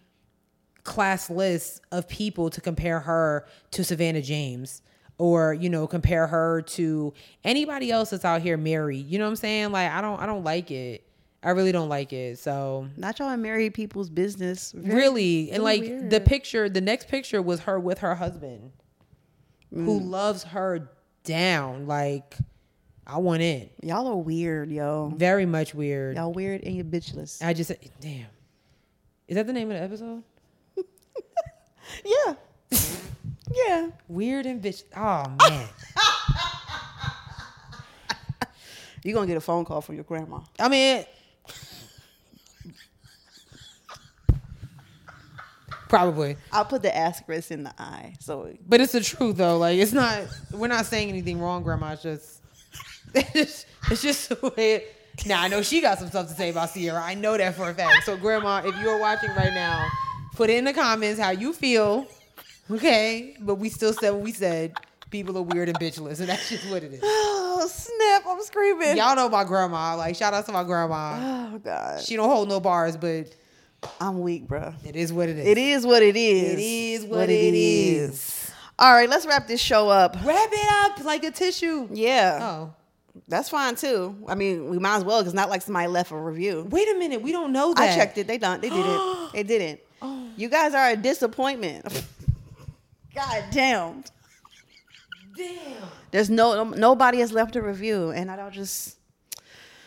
classless of people to compare her to Savannah James or you know compare her to anybody else that's out here married. You know what I'm saying? Like I don't I don't like it. I really don't like it. So
Not y'all in married people's business.
really and like the picture the next picture was her with her husband who loves her down like I want in.
Y'all are weird, yo.
Very much weird.
Y'all weird and you're bitchless.
I just damn. Is that the name of the episode?
Yeah. yeah.
Weird and bitch. Oh man.
You're going to get a phone call from your grandma.
I mean, probably,
I'll put the asterisk in the eye. So
but it's the truth though. Like it's not. We're not saying anything wrong, Grandma. It's just, it's just, it's just the way. It, now I know she got some stuff to say about Sierra. I know that for a fact. So, Grandma, if you're watching right now, put in the comments how you feel Okay, but we still said what we said. People are weird and bitchless, and that's just what it is.
Oh snap! I'm screaming.
Y'all know my grandma. Like shout out to my grandma.
Oh god,
She don't hold no bars, but
I'm weak, bruh.
it is what it is.
It is what it is.
It is what, it is.
All right, let's wrap this show up.
Wrap it up like a tissue.
Yeah,
Oh,
that's fine too. I mean, we might as well because not like somebody left a review.
wait a minute. We don't know that.
I checked it. They done. They did it. They didn't. You guys are a disappointment. God damn.
Damn.
There's no nobody has left a review, and I don't just.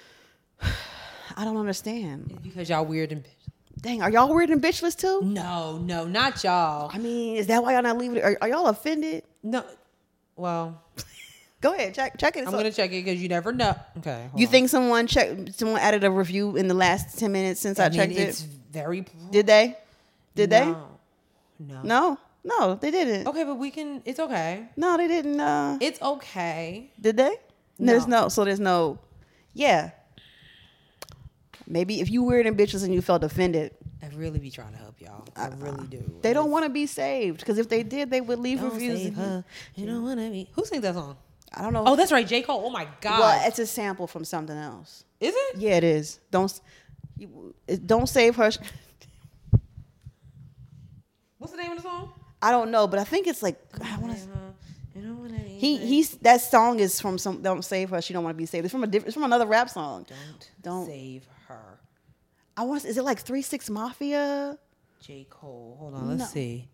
I don't understand.
Because y'all weird and bitch.
Dang, are y'all weird and bitchless too?
No, no, not y'all.
I mean, is that why y'all not leaving? Are, are y'all offended?
No. Well,
Go ahead, check check it.
I'm
So-
gonna check it because you never know. Okay. hold
you
on.
think someone checked? Someone added a review in the last ten minutes since I,
I mean,
checked
it's
it.
very.
Did they? Did
No, Oh. no.
they? No, no, they didn't.
Okay, but we can. It's okay.
No, they didn't. Uh,
It's okay.
Did they? No. There's
No.
no. So there's no. Yeah. Maybe if you weird and bitches and you felt offended,
I really be trying to help y'all. I really do.
Uh-uh. they don't want to be saved because if they did, they would leave
Don't
reviews.
save her. You don't want to be. Who sings that song?
I don't know.
Oh, that's right, J Cole. Oh my God.
well, it's a sample from something else.
Is it?
Yeah, it is. Don't s- you, it- don't save her.
What's the name of the song?
I don't know, but I think it's like I want to.
You don't want to be.
He he's that song is from some. Don't save her. She don't want to be saved. It's from a different. It's from another rap song.
don't,
don't-
save her.
I want. Is it like Three Six Mafia?
J Cole. Hold on. Let's see.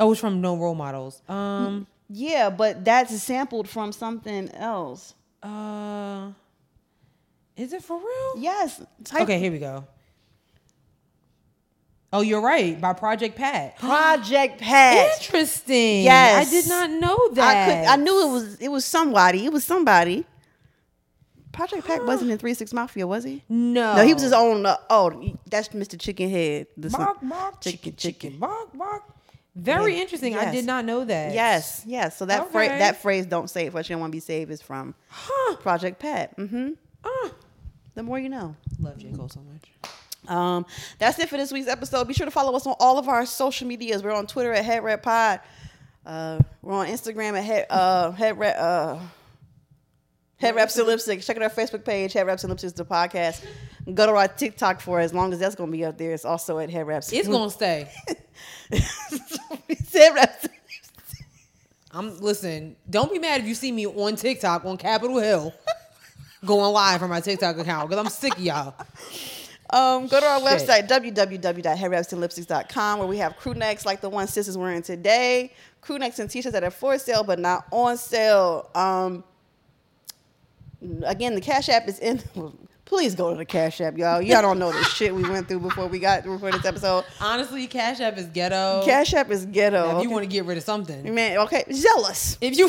Oh, it's from No Role Models. Um.
Yeah, but that's sampled from something else.
Uh. Is it for real?
Yes. Type
Okay, here we go. Oh, you're right. By Project Pat.
Project Pat.
Interesting.
Yes.
I did not know
I
that.
could. I knew it was. It was somebody. It was somebody. Project Pat wasn't in Three Six Mafia, was he?
No.
No, he was his own. Uh, oh, that's Mr. Chickenhead. The son-
Bark, bark, chicken, chicken, bark, bark. Very interesting. I
Yes.
did not know that.
Yes, yes. So that phrase,
Okay.
that phrase, "Don't save what you don't want to be saved," is from
Huh.
Project Pat. hmm
Uh,
The more you know.
love J. Cole so much.
Um, that's it for this week's episode. Be sure to follow us on all of our social medias. We're on Twitter at Head Red Pod. Uh, we're on Instagram at Head uh, Head Red. Uh, Head Wraps and Lipstick. Check out our Facebook page, Head Wraps and Lipsticks, the podcast. Go to our TikTok for as long as that's going to be up there. It's also at Head Wraps.
It's gonna stay.
It's Head Wraps.
I'm listen. Don't be mad if you see me on TikTok on Capitol Hill going live from my TikTok account because I'm sick of y'all.
Um, go to our
Shit.
website, www.headwrapsandlipsticks.com, where we have crew necks like the one sisters wearing today, crew necks and t shirts that are for sale but not on sale. Um, again, the Cash App is in. Please go to the Cash App, y'all. Y'all don't know the shit we went through before we got before this episode.
Honestly, Cash App is ghetto.
Cash App is ghetto.
Oh. Now, if you
okay?
want to get rid of something,
Man, okay, zealous.
if you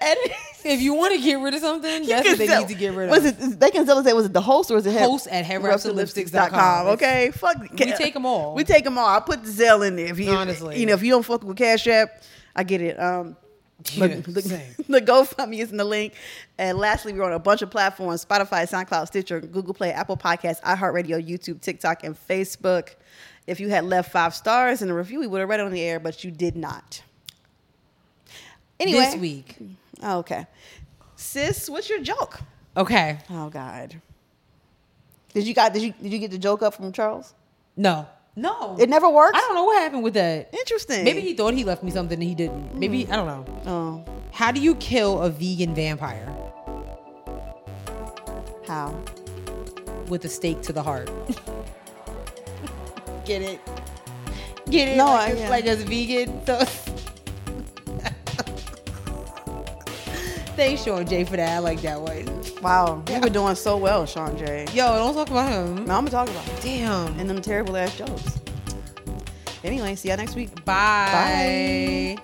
And
if you want to get rid of something, that's what they need to get rid
Was
of.
it, they can tell us that was it the host or is it head-
Host at headwrapsandlipsticks.com.
headwrapsandlipsticks.com, Okay, fuck.
We take 'em all.
We take them all. I put the Zell in there. If you,
Honestly.
you know, if you don't fuck with Cash App, I get it. Um,
Yeah,
the, the,
same.
the GoFundMe is in the link. And lastly, we're on a bunch of platforms: Spotify, SoundCloud, Stitcher, Google Play, Apple Podcasts, iHeartRadio, YouTube, TikTok, and Facebook. If you had left five stars in the review, we would have read it on the air, but you did not. Anyway, Oh,
This week,
Okay, sis, what's your joke?
okay.
Oh God. Did you got did you did you get the joke up from Charles?
No, no,
It never works.
I don't know what happened with that. Mm.
Interesting.
Maybe he thought he left me something and he didn't. Maybe I don't know.
Oh,
How do you kill a vegan vampire
how?
with a stake to the heart? Get it? Get it?
No,
No, like,
I-
it's
yeah.
like as vegan. So. Thanks, Sean J, for that. I like that one.
Wow, you were doing so well, Sean J.
Yo, don't talk about him.
Now I'm gonna talk about it
Damn.
and them terrible ass jokes. Anyway, see y'all next week.
Bye.